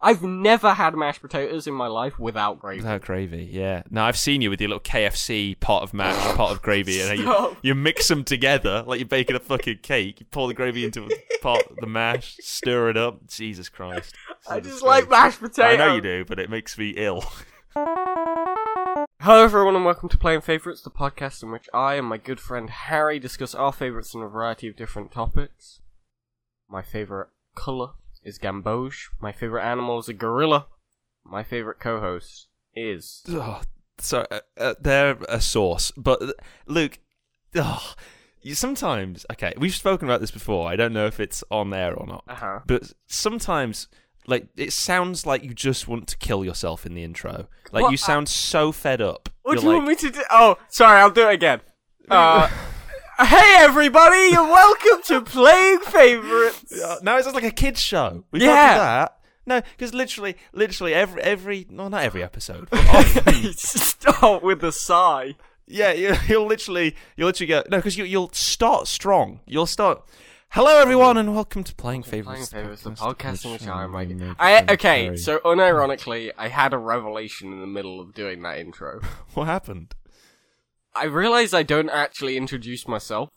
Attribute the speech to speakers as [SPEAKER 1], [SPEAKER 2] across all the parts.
[SPEAKER 1] I've never had mashed potatoes in my life without gravy.
[SPEAKER 2] Without gravy, yeah. No, I've seen you with your little KFC pot of mash, pot of gravy, and you,
[SPEAKER 1] Stop.
[SPEAKER 2] you mix them together like you're baking a fucking cake. You pour the gravy into a pot, the mash, stir it up. Jesus Christ! This is
[SPEAKER 1] I
[SPEAKER 2] a
[SPEAKER 1] just
[SPEAKER 2] disgrace.
[SPEAKER 1] like mashed potatoes.
[SPEAKER 2] I know you do, but it makes me ill.
[SPEAKER 1] Hello, everyone, and welcome to Playing Favourites, the podcast in which I and my good friend Harry discuss our favourites on a variety of different topics. My favourite colour is gamboge. My favourite animal is a gorilla. My favourite co-host is
[SPEAKER 2] oh, so uh, uh, they're a source, but uh, Luke, oh, you sometimes okay. We've spoken about this before. I don't know if it's on air or not,
[SPEAKER 1] uh-huh.
[SPEAKER 2] but sometimes. Like it sounds like you just want to kill yourself in the intro. Like
[SPEAKER 1] What?
[SPEAKER 2] you sound so fed up.
[SPEAKER 1] What
[SPEAKER 2] You're
[SPEAKER 1] do you
[SPEAKER 2] like,
[SPEAKER 1] want me to do? Oh, sorry, I'll do it again. Uh, hey, everybody, you're welcome to Playing Favourites.
[SPEAKER 2] Uh, no, it's just like a kids show. We can't
[SPEAKER 1] Yeah.
[SPEAKER 2] do that. No, because literally, literally every every no, not every episode. but often-
[SPEAKER 1] Stop with the sigh.
[SPEAKER 2] yeah, you, you'll literally you'll literally go no, because you you'll start strong. You'll start. Hello everyone and welcome to playing
[SPEAKER 1] Playing
[SPEAKER 2] favorites.
[SPEAKER 1] Favourites, the podcast in which I am like...
[SPEAKER 2] Make
[SPEAKER 1] I,
[SPEAKER 2] them
[SPEAKER 1] okay,
[SPEAKER 2] very-
[SPEAKER 1] so unironically, I had a revelation in the middle of doing that intro.
[SPEAKER 2] what happened?
[SPEAKER 1] I realized I don't actually introduce myself.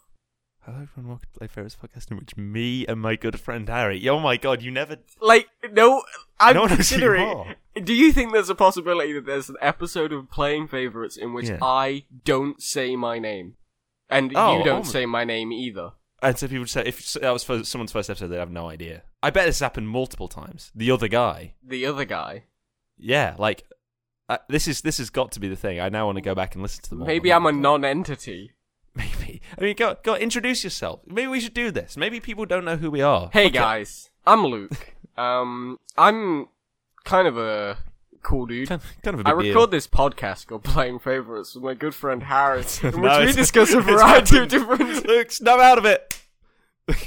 [SPEAKER 2] Hello everyone, welcome to Play Favorites podcast in which me and my good friend Harry. Oh my god, you never.
[SPEAKER 1] Like, no, I'm
[SPEAKER 2] No one knows who you
[SPEAKER 1] considering... Do you think there's a possibility that there's an episode of Playing Favourites in which
[SPEAKER 2] Yeah.
[SPEAKER 1] I don't say my name? And
[SPEAKER 2] Oh,
[SPEAKER 1] you don't
[SPEAKER 2] oh.
[SPEAKER 1] say my name either.
[SPEAKER 2] And so people would say if that was for someone's first episode, they'd have no idea. I bet this happened multiple times. The other guy.
[SPEAKER 1] The other guy.
[SPEAKER 2] yeah, like uh, this is this has got to be the thing. I now want to go back and listen to them. all.
[SPEAKER 1] Maybe I'm a non-entity.
[SPEAKER 2] Maybe I mean, go go introduce yourself. Maybe we should do this. Maybe people don't know who we are.
[SPEAKER 1] Hey
[SPEAKER 2] Fuck it.
[SPEAKER 1] guys, I'm Luke. um, I'm kind of a cool dude.
[SPEAKER 2] kind, kind of a big
[SPEAKER 1] I
[SPEAKER 2] deal.
[SPEAKER 1] record this podcast called Playing Favorites with my good friend Harry, in which
[SPEAKER 2] No,
[SPEAKER 1] we
[SPEAKER 2] it's-
[SPEAKER 1] discuss a
[SPEAKER 2] it's
[SPEAKER 1] variety of
[SPEAKER 2] happened.
[SPEAKER 1] different.
[SPEAKER 2] Luke, snub out of it. okay,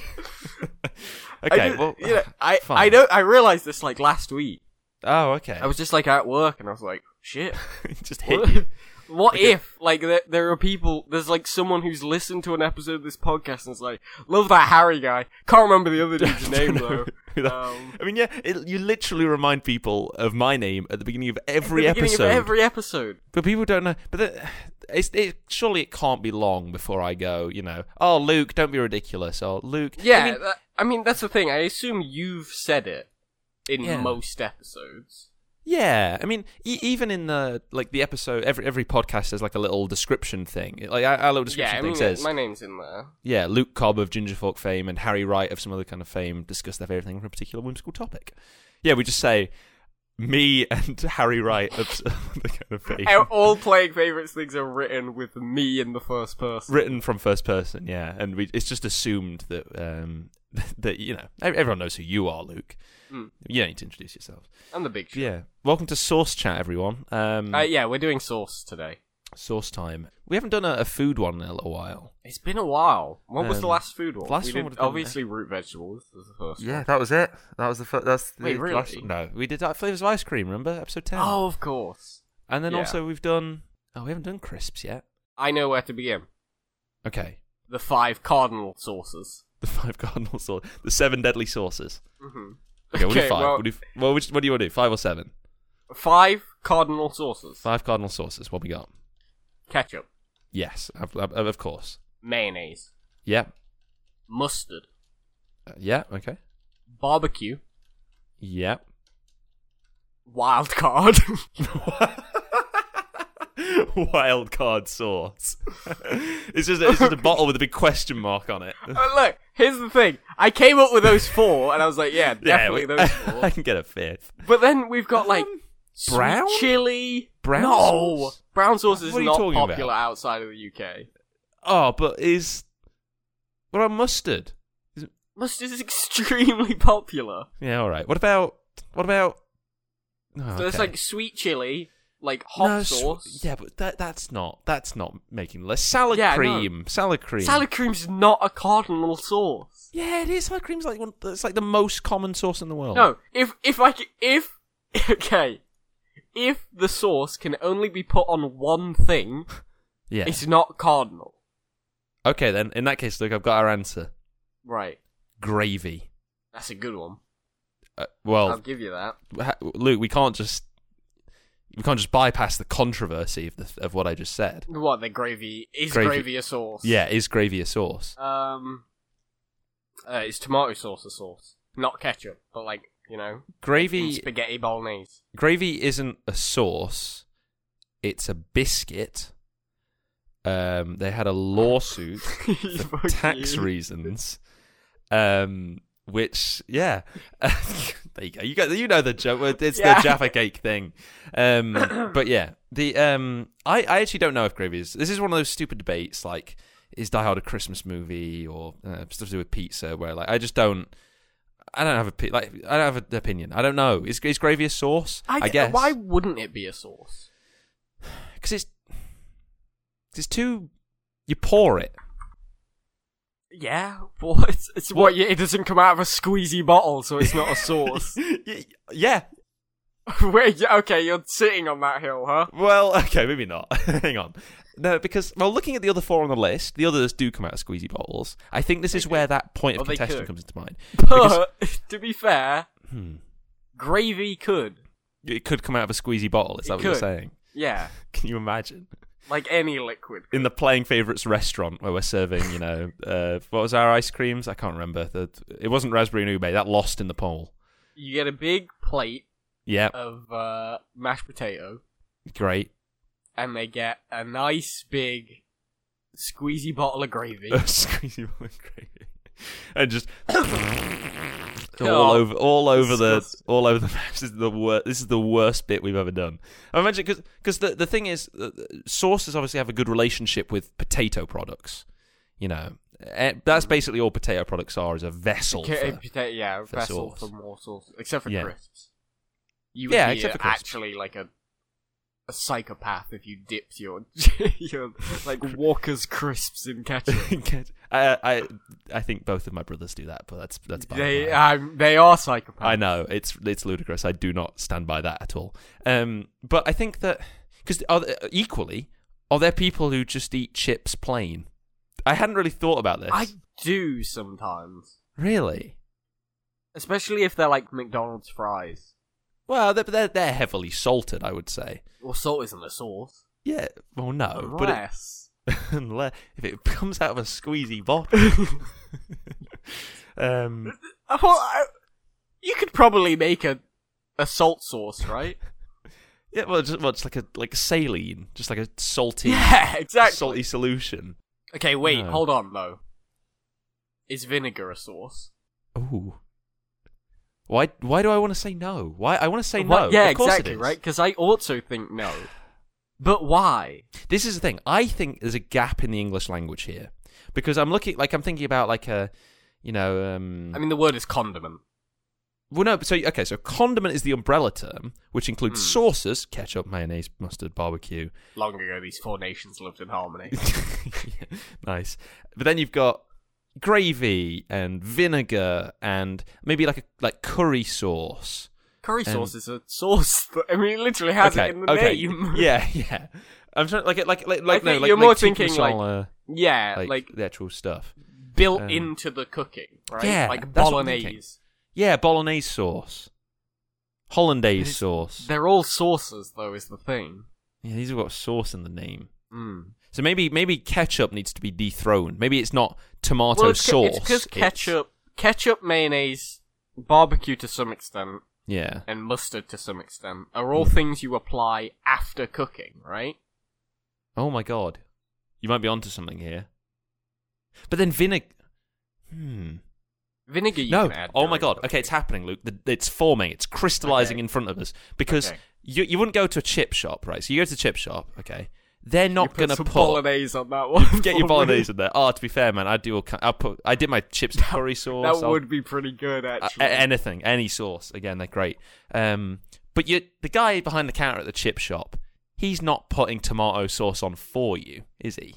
[SPEAKER 1] I just-
[SPEAKER 2] well,
[SPEAKER 1] you know, I I
[SPEAKER 2] fine.
[SPEAKER 1] know I realized this like last week.
[SPEAKER 2] Oh, okay.
[SPEAKER 1] I was just like at work and I was like, shit.
[SPEAKER 2] just hit
[SPEAKER 1] What,
[SPEAKER 2] you.
[SPEAKER 1] what if like there, there are people? There's like someone who's listened to an episode of this podcast and is like, love that Harry guy. Can't remember the other dude's name though.
[SPEAKER 2] Who that-
[SPEAKER 1] Um,
[SPEAKER 2] I mean, yeah, it, you literally remind people of my name at the beginning of every
[SPEAKER 1] At the beginning
[SPEAKER 2] episode.
[SPEAKER 1] Of every episode.
[SPEAKER 2] But people don't know. But the, it's, it surely it can't be long before I go. You know, oh Luke, don't be ridiculous. Or Luke, I
[SPEAKER 1] Yeah, tha- I
[SPEAKER 2] mean,
[SPEAKER 1] mean, that's the thing. I assume you've said it in
[SPEAKER 2] Yeah.
[SPEAKER 1] most episodes.
[SPEAKER 2] yeah. I mean, e- even in the like the episode, every every podcast has like a little description thing. Like our, our little description
[SPEAKER 1] Yeah, I
[SPEAKER 2] thing
[SPEAKER 1] mean,
[SPEAKER 2] says,
[SPEAKER 1] my name's in there.
[SPEAKER 2] yeah, Luke Cobb of Gingerfork fame and Harry Wright of some other kind of fame discuss their favorite thing from a particular whimsical topic. Yeah, we just say me and Harry Wright of some other kind of fame.
[SPEAKER 1] Our- All playing favorites things are written with me in the first person.
[SPEAKER 2] written from first person, yeah, and we, it's just assumed that um, that you know ev- everyone knows who you are, Luke.
[SPEAKER 1] Mm.
[SPEAKER 2] You don't need to introduce yourself.
[SPEAKER 1] I'm the big
[SPEAKER 2] But
[SPEAKER 1] shit.
[SPEAKER 2] yeah, welcome to Source Chat, everyone. Um,
[SPEAKER 1] Uh, yeah, we're doing Source today.
[SPEAKER 2] Source time. We haven't done a, a food one in a little while.
[SPEAKER 1] It's been a while. What was the
[SPEAKER 2] Um,
[SPEAKER 1] last food one?
[SPEAKER 2] the last
[SPEAKER 1] we
[SPEAKER 2] one
[SPEAKER 1] did
[SPEAKER 2] would've been-
[SPEAKER 1] obviously root vegetables was the first one.
[SPEAKER 2] that was it. That was the first. That's
[SPEAKER 1] the Wait, really? last-
[SPEAKER 2] no, we did that flavors of ice cream. Remember episode ten?
[SPEAKER 1] Oh, of course.
[SPEAKER 2] and then
[SPEAKER 1] yeah.
[SPEAKER 2] also we've done. Oh, we haven't done crisps yet.
[SPEAKER 1] I know where to begin.
[SPEAKER 2] Okay,
[SPEAKER 1] The five cardinal sauces.
[SPEAKER 2] the five cardinal sauce, the seven deadly sauces.
[SPEAKER 1] hmm
[SPEAKER 2] Okay, we'll do
[SPEAKER 1] Okay,
[SPEAKER 2] five.
[SPEAKER 1] well-
[SPEAKER 2] We'll do, well, which, what do you want to do? Five or seven?
[SPEAKER 1] Five cardinal sauces.
[SPEAKER 2] Five cardinal sauces. What we got?
[SPEAKER 1] Ketchup,
[SPEAKER 2] Yes, of, of, of course.
[SPEAKER 1] mayonnaise,
[SPEAKER 2] Yeah,
[SPEAKER 1] mustard,
[SPEAKER 2] Uh, yeah, okay.
[SPEAKER 1] barbecue,
[SPEAKER 2] Yeah.
[SPEAKER 1] wild card.
[SPEAKER 2] Wild card sauce. it's just it's just a bottle with a big question mark on it.
[SPEAKER 1] But Oh, look, here's the thing. I came up with those four, and I was like, yeah,
[SPEAKER 2] Yeah,
[SPEAKER 1] definitely
[SPEAKER 2] we-
[SPEAKER 1] those
[SPEAKER 2] I
[SPEAKER 1] four.
[SPEAKER 2] can get a fifth.
[SPEAKER 1] But then we've got like
[SPEAKER 2] Um,
[SPEAKER 1] sweet
[SPEAKER 2] brown?
[SPEAKER 1] chili,
[SPEAKER 2] Brown
[SPEAKER 1] No,
[SPEAKER 2] sauce?
[SPEAKER 1] brown sauce is
[SPEAKER 2] What are you
[SPEAKER 1] not
[SPEAKER 2] talking about?
[SPEAKER 1] popular outside of the UK.
[SPEAKER 2] Oh, but is what about mustard?
[SPEAKER 1] Mustard is extremely popular.
[SPEAKER 2] Yeah, all right. What about what about? Oh,
[SPEAKER 1] So it's
[SPEAKER 2] okay.
[SPEAKER 1] like sweet chili, like hot
[SPEAKER 2] No, sw-
[SPEAKER 1] sauce.
[SPEAKER 2] yeah, but that that's not that's not making less salad
[SPEAKER 1] Yeah, I know.
[SPEAKER 2] cream. Salad cream.
[SPEAKER 1] Salad cream's not a cardinal sauce.
[SPEAKER 2] Yeah, it is. Salad cream's like one. It's like the most common sauce in the world.
[SPEAKER 1] No, if if I c- if okay, if the sauce can only be put on one thing,
[SPEAKER 2] Yeah.
[SPEAKER 1] it's not cardinal.
[SPEAKER 2] Okay, then. In that case, Luke, I've got our answer.
[SPEAKER 1] Right.
[SPEAKER 2] Gravy.
[SPEAKER 1] That's a good one.
[SPEAKER 2] Uh,
[SPEAKER 1] I'll
[SPEAKER 2] well,
[SPEAKER 1] give you that.
[SPEAKER 2] ha- Luke, we can't just we can't just bypass the controversy of the of what I just said.
[SPEAKER 1] What the gravy is
[SPEAKER 2] Gravy.
[SPEAKER 1] gravy, a sauce?
[SPEAKER 2] Yeah, is gravy a sauce?
[SPEAKER 1] Um, uh, is tomato sauce a sauce? Not ketchup, but like you know, in
[SPEAKER 2] Gravy
[SPEAKER 1] spaghetti bolognese.
[SPEAKER 2] gravy isn't a sauce; it's a biscuit. Um, they had a lawsuit for
[SPEAKER 1] Fuck
[SPEAKER 2] tax
[SPEAKER 1] you.
[SPEAKER 2] reasons. Um, which yeah, there you go. You got you know the joke. Well, It's
[SPEAKER 1] Yeah.
[SPEAKER 2] the Jaffa cake thing. Um, but yeah, the um, I I actually don't know if gravy is. This is one of those stupid debates like is Die Hard a Christmas movie or uh, stuff to do with pizza? Where like I just don't. I don't have a pe- like. I don't have an opinion. I don't know. Is is gravy a sauce?
[SPEAKER 1] I,
[SPEAKER 2] guess
[SPEAKER 1] Why wouldn't it be a sauce?
[SPEAKER 2] because it's it's too. You pour it.
[SPEAKER 1] Yeah, but it's, it's what it doesn't come out of a squeezy bottle, so it's not a sauce.
[SPEAKER 2] Y- yeah,
[SPEAKER 1] Wait, yeah, okay, you're sitting on that hill, huh?
[SPEAKER 2] Well, okay, maybe not. Hang on. No, because well, looking at the other four on the list, the others do come out of squeezy bottles. I think this is where that point of
[SPEAKER 1] Well, they
[SPEAKER 2] contention
[SPEAKER 1] could.
[SPEAKER 2] comes into mind. Because-
[SPEAKER 1] But to be fair,
[SPEAKER 2] Hmm.
[SPEAKER 1] gravy could.
[SPEAKER 2] It could come out of a squeezy bottle. Is
[SPEAKER 1] It
[SPEAKER 2] that what you're
[SPEAKER 1] could.
[SPEAKER 2] saying?
[SPEAKER 1] Yeah,
[SPEAKER 2] Can you imagine?
[SPEAKER 1] like any liquid.
[SPEAKER 2] In the playing favorites restaurant where we're serving, you know, uh, what was our ice creams? I can't remember. The, it wasn't raspberry and ube. That lost in the poll.
[SPEAKER 1] You get a big plate
[SPEAKER 2] Yeah,
[SPEAKER 1] of uh, mashed potato,
[SPEAKER 2] great.
[SPEAKER 1] and they get a nice big squeezy bottle of gravy.
[SPEAKER 2] squeezy bottle of gravy, and just all
[SPEAKER 1] Oh,
[SPEAKER 2] over, all over the,
[SPEAKER 1] disgusting.
[SPEAKER 2] all over the map. This is the worst. This is the worst bit we've ever done. I imagine because the the thing is, uh, sauces obviously have a good relationship with potato products. You know, Eh, that's basically all potato products are is a vessel.
[SPEAKER 1] Ca-
[SPEAKER 2] for-
[SPEAKER 1] potato, yeah,
[SPEAKER 2] for
[SPEAKER 1] vessel
[SPEAKER 2] sauce.
[SPEAKER 1] for more sauce, except for
[SPEAKER 2] Yeah.
[SPEAKER 1] crisps. You would
[SPEAKER 2] Yeah,
[SPEAKER 1] be
[SPEAKER 2] except for crisps.
[SPEAKER 1] actually like a a psychopath if you dipped your your like Walker's crisps in ketchup.
[SPEAKER 2] I, I I think both of my brothers do that, but that's that's by the
[SPEAKER 1] they
[SPEAKER 2] by.
[SPEAKER 1] um, they are psychopaths.
[SPEAKER 2] I know it's it's ludicrous. I do not stand by that at all. Um, but I think that because equally, are there people who just eat chips plain? I hadn't really thought about this.
[SPEAKER 1] I do sometimes,
[SPEAKER 2] Really?
[SPEAKER 1] especially if they're like McDonald's fries.
[SPEAKER 2] Well, they're, they're they're heavily salted. I would say.
[SPEAKER 1] Well, salt isn't a sauce,
[SPEAKER 2] Yeah. Well, no. Oh, But it,
[SPEAKER 1] unless
[SPEAKER 2] unless if it comes out of a squeezy bottle. um.
[SPEAKER 1] I thought I- uh, you could probably make a a salt sauce, right?
[SPEAKER 2] Yeah. Well, just well, it's like a like saline, just like a salty
[SPEAKER 1] yeah, exactly.
[SPEAKER 2] salty solution.
[SPEAKER 1] Okay, wait,
[SPEAKER 2] No.
[SPEAKER 1] hold on though. Is vinegar a sauce?
[SPEAKER 2] Ooh. Why? Why do I want to say no? Why I want to say
[SPEAKER 1] Why-
[SPEAKER 2] no?
[SPEAKER 1] Yeah,
[SPEAKER 2] of course
[SPEAKER 1] exactly,
[SPEAKER 2] it is.
[SPEAKER 1] right? Because I also think no. But why?
[SPEAKER 2] This is the thing. I think there's a gap in the English language here because I'm looking, like, I'm thinking about like a, you know, um,
[SPEAKER 1] I mean, the word is condiment.
[SPEAKER 2] well, no, so okay, so condiment is the umbrella term which includes
[SPEAKER 1] Hmm.
[SPEAKER 2] sauces, ketchup, mayonnaise, mustard, barbecue.
[SPEAKER 1] Long ago, these four nations lived in harmony.
[SPEAKER 2] Yeah, nice. But then you've got gravy and vinegar and maybe like a like curry sauce.
[SPEAKER 1] Curry
[SPEAKER 2] And-
[SPEAKER 1] sauce is a sauce. That, I mean, it literally has it in the name.
[SPEAKER 2] Yeah, yeah. I'm trying like like like like no,
[SPEAKER 1] think
[SPEAKER 2] like,
[SPEAKER 1] you're
[SPEAKER 2] like
[SPEAKER 1] more
[SPEAKER 2] tikka
[SPEAKER 1] thinking,
[SPEAKER 2] masala,
[SPEAKER 1] Yeah,
[SPEAKER 2] like,
[SPEAKER 1] like,
[SPEAKER 2] the actual stuff.
[SPEAKER 1] built
[SPEAKER 2] um,
[SPEAKER 1] into the cooking, right?
[SPEAKER 2] yeah,
[SPEAKER 1] like
[SPEAKER 2] that's what I'm thinking.
[SPEAKER 1] bolognese.
[SPEAKER 2] Yeah, bolognese sauce, hollandaise
[SPEAKER 1] It's-
[SPEAKER 2] sauce.
[SPEAKER 1] They're all sauces, though, is the thing.
[SPEAKER 2] Yeah, these have got sauce in the name.
[SPEAKER 1] Mm.
[SPEAKER 2] So maybe maybe ketchup needs to be dethroned. Maybe it's not tomato
[SPEAKER 1] well, it's ca-
[SPEAKER 2] sauce.
[SPEAKER 1] It's because
[SPEAKER 2] it's-
[SPEAKER 1] ketchup, ketchup, mayonnaise, barbecue to some extent,
[SPEAKER 2] yeah,
[SPEAKER 1] and mustard to some extent are
[SPEAKER 2] Hmm.
[SPEAKER 1] all things you apply after cooking, right?
[SPEAKER 2] Oh my god. You might be onto something here. But then vinegar. Hmm.
[SPEAKER 1] Vinegar you
[SPEAKER 2] No.
[SPEAKER 1] can add.
[SPEAKER 2] Oh my
[SPEAKER 1] during
[SPEAKER 2] god.
[SPEAKER 1] cooking.
[SPEAKER 2] Okay, it's happening, Luke. The- It's forming. It's crystallizing
[SPEAKER 1] Okay.
[SPEAKER 2] in front of us because
[SPEAKER 1] Okay.
[SPEAKER 2] you you wouldn't go to a chip shop, right? So you go to the chip shop. Okay, they're
[SPEAKER 1] You
[SPEAKER 2] not
[SPEAKER 1] put
[SPEAKER 2] gonna
[SPEAKER 1] some
[SPEAKER 2] put
[SPEAKER 1] bolognese on that one.
[SPEAKER 2] get your
[SPEAKER 1] for me.
[SPEAKER 2] bolognese in there. Oh, to be fair, man, I do. All, ki- I'll put. I did my chips in curry sauce.
[SPEAKER 1] That
[SPEAKER 2] I'll-
[SPEAKER 1] would be pretty good,
[SPEAKER 2] a-
[SPEAKER 1] actually.
[SPEAKER 2] anything, any sauce. Again, they're great. Um, but you, the guy behind the counter at the chip shop, he's not putting tomato sauce on for you, is he?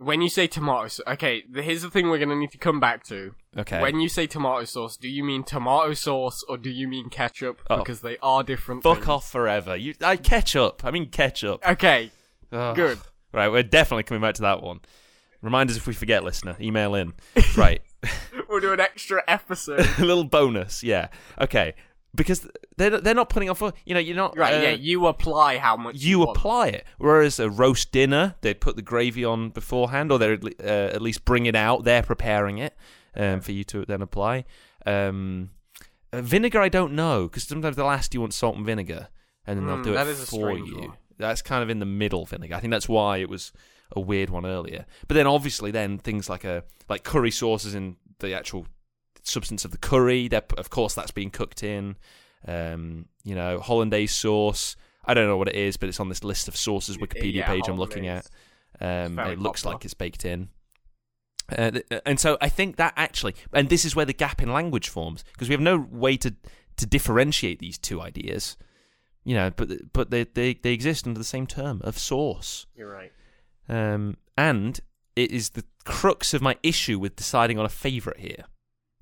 [SPEAKER 1] when you say tomato sauce, okay, th- here's the thing we're gonna need to come back to.
[SPEAKER 2] Okay.
[SPEAKER 1] When you say tomato sauce, do you mean tomato sauce or do you mean ketchup?
[SPEAKER 2] Oh.
[SPEAKER 1] Because they are different.
[SPEAKER 2] Fuck
[SPEAKER 1] things.
[SPEAKER 2] off forever. You, I ketchup. I mean ketchup.
[SPEAKER 1] Okay,
[SPEAKER 2] Ugh.
[SPEAKER 1] Uh, good.
[SPEAKER 2] Right, we're definitely coming back to that one. Remind us if we forget, listener. Email in. Right,
[SPEAKER 1] We'll do an extra episode.
[SPEAKER 2] a little bonus. Yeah. Okay. because they're they're not putting on for you know you're not
[SPEAKER 1] Right,
[SPEAKER 2] uh,
[SPEAKER 1] yeah, you apply how much
[SPEAKER 2] you
[SPEAKER 1] want.
[SPEAKER 2] apply it. Whereas a roast dinner, they'd put the gravy on beforehand, or they'd uh, at least bring it out. They're preparing it um, for you to then apply. Um, uh, vinegar, I don't know because sometimes they'll ask, "Do you want salt and vinegar?" And then
[SPEAKER 1] Hmm,
[SPEAKER 2] they'll do it
[SPEAKER 1] that is a
[SPEAKER 2] for
[SPEAKER 1] strange
[SPEAKER 2] you.
[SPEAKER 1] one.
[SPEAKER 2] That's kind of in the middle vinegar. I think that's why it was a weird one earlier. But then obviously, then things like a like curry sauces in the actual substance of the curry. That of course that's being cooked in. Um, you know, hollandaise sauce. I don't know what it is, but it's on this list of sauces Wikipedia
[SPEAKER 1] Yeah,
[SPEAKER 2] page I'm looking
[SPEAKER 1] holidays.
[SPEAKER 2] at. Um,
[SPEAKER 1] Very
[SPEAKER 2] it looks
[SPEAKER 1] popular.
[SPEAKER 2] like it's baked in. Uh, th- and so I think that actually, and this is where the gap in language forms because we have no way to to differentiate these two ideas. You know, but but they they, they exist under the same term of source.
[SPEAKER 1] You're right.
[SPEAKER 2] Um, and it is the crux of my issue with deciding on a favorite here.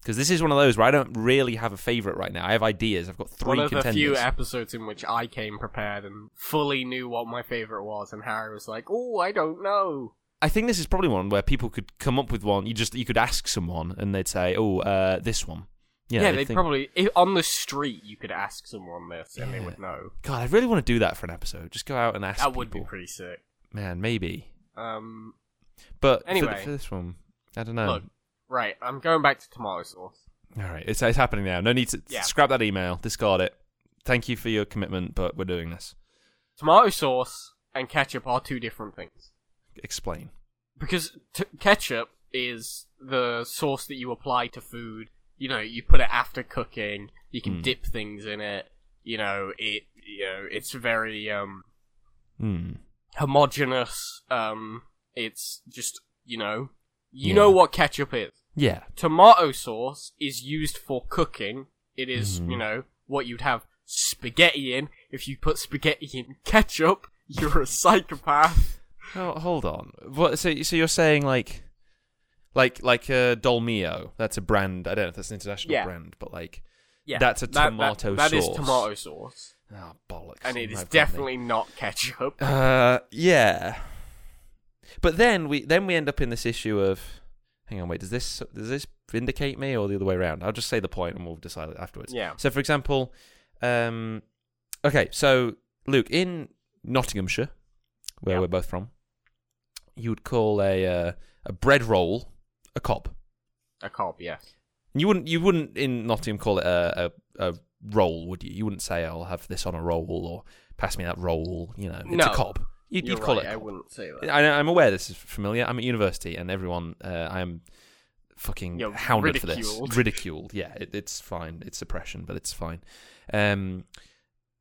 [SPEAKER 2] Because this is one of those where I don't really have a favorite right now. I have ideas. I've got three
[SPEAKER 1] One of
[SPEAKER 2] contenders.
[SPEAKER 1] the few episodes in which I came prepared and fully knew what my favorite was, and Harry was like, "Oh, I don't know."
[SPEAKER 2] I think this is probably one where people could come up with one. You just you could ask someone and they'd say, "Oh, uh, this one." You
[SPEAKER 1] Yeah,
[SPEAKER 2] know,
[SPEAKER 1] they
[SPEAKER 2] think,
[SPEAKER 1] probably i- on the street you could ask someone this, and they
[SPEAKER 2] Yeah.
[SPEAKER 1] would know.
[SPEAKER 2] God, I really want to do that for an episode. Just go out and ask.
[SPEAKER 1] That would be
[SPEAKER 2] people.
[SPEAKER 1] pretty sick.
[SPEAKER 2] man, maybe.
[SPEAKER 1] Um,
[SPEAKER 2] But for-
[SPEAKER 1] Anyway.
[SPEAKER 2] for, this one, I don't know.
[SPEAKER 1] Look, right, I'm going back to tomato sauce.
[SPEAKER 2] All right, it's, it's happening now. No need to
[SPEAKER 1] Yeah.
[SPEAKER 2] scrap that email. Discard it. Thank you for your commitment, but we're doing this.
[SPEAKER 1] Tomato sauce and ketchup are two different things
[SPEAKER 2] Explain.
[SPEAKER 1] because t- ketchup is the sauce that you apply to food. You know, you put it after cooking. You can
[SPEAKER 2] Hmm.
[SPEAKER 1] dip things in it. You know, it. You know, it's very um
[SPEAKER 2] Hmm.
[SPEAKER 1] homogenous. Um, it's just you know, you
[SPEAKER 2] Yeah.
[SPEAKER 1] know what ketchup is.
[SPEAKER 2] Yeah.
[SPEAKER 1] Tomato sauce is used for cooking. It is,
[SPEAKER 2] Mhm.
[SPEAKER 1] you know what you'd have spaghetti in. If you put spaghetti in ketchup, you're a psychopath.
[SPEAKER 2] Oh, hold on. What? So, so you're saying like, like, like uh, Dolmio? That's a brand. I don't know if that's an international
[SPEAKER 1] Yeah.
[SPEAKER 2] brand, but like,
[SPEAKER 1] Yeah,
[SPEAKER 2] That's a
[SPEAKER 1] that-
[SPEAKER 2] tomato
[SPEAKER 1] that, That is
[SPEAKER 2] sauce.
[SPEAKER 1] tomato sauce,
[SPEAKER 2] oh bollocks.
[SPEAKER 1] and it
[SPEAKER 2] No,
[SPEAKER 1] is
[SPEAKER 2] I've got
[SPEAKER 1] definitely not ketchup.
[SPEAKER 2] me. Uh, yeah. But then we then we end up in this issue of, hang on, wait, does this does this vindicate me or the other way around? I'll just say the point and we'll decide it afterwards.
[SPEAKER 1] Yeah.
[SPEAKER 2] So, for example, um, okay, so Luke in Nottinghamshire, where
[SPEAKER 1] Yeah.
[SPEAKER 2] we're both from, you would call a uh, a bread roll a cob.
[SPEAKER 1] A cob, yes.
[SPEAKER 2] You wouldn't you wouldn't in Nottingham call it a, a, a roll, would you? You wouldn't say I'll have this on a roll or pass me that roll. You know, it's
[SPEAKER 1] No.
[SPEAKER 2] a cob. You'd,
[SPEAKER 1] You're
[SPEAKER 2] you'd call
[SPEAKER 1] right,
[SPEAKER 2] it. a
[SPEAKER 1] I
[SPEAKER 2] cob.
[SPEAKER 1] wouldn't say that.
[SPEAKER 2] I, I'm aware this is familiar. I'm at university, and everyone uh, I'm fucking
[SPEAKER 1] You're
[SPEAKER 2] hounded for
[SPEAKER 1] ridiculed.
[SPEAKER 2] this. Ridiculed. Yeah, it, it's fine. It's oppression, but it's fine. Um,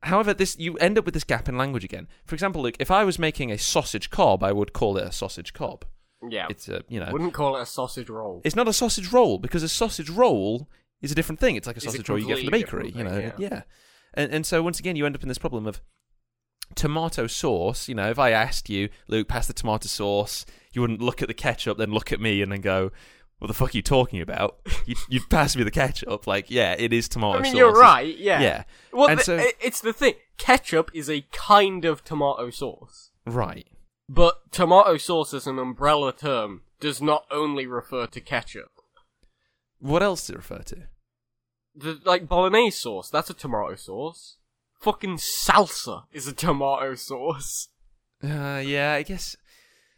[SPEAKER 2] however, this you end up with this gap in language again. For example, Luke, if I was making a sausage cob, I would call it a sausage cob.
[SPEAKER 1] yeah,
[SPEAKER 2] It's a you know,
[SPEAKER 1] wouldn't call it a sausage roll.
[SPEAKER 2] it's not a sausage roll because a sausage roll is a different thing. It's like a
[SPEAKER 1] It's a
[SPEAKER 2] sausage roll you get from the
[SPEAKER 1] completely
[SPEAKER 2] bakery, you
[SPEAKER 1] different
[SPEAKER 2] know.
[SPEAKER 1] thing,
[SPEAKER 2] yeah. And and so once again you end up in this problem of tomato sauce, you know, if I asked you, Luke, pass the tomato sauce, you wouldn't look at the ketchup, then look at me and then go, What the fuck are you talking about? You'd, you'd pass me the ketchup, like, yeah, it is tomato
[SPEAKER 1] I
[SPEAKER 2] sauce.
[SPEAKER 1] mean, you're
[SPEAKER 2] It's-
[SPEAKER 1] right. Yeah.
[SPEAKER 2] Yeah.
[SPEAKER 1] Well,
[SPEAKER 2] And
[SPEAKER 1] the-
[SPEAKER 2] so-
[SPEAKER 1] i- it's the thing. Ketchup is a kind of tomato sauce,
[SPEAKER 2] Right.
[SPEAKER 1] but tomato sauce as an umbrella term does not only refer to ketchup.
[SPEAKER 2] What else does it refer to?
[SPEAKER 1] The, like bolognese sauce, that's a tomato sauce. Fucking salsa is a tomato sauce.
[SPEAKER 2] Uh, yeah, I guess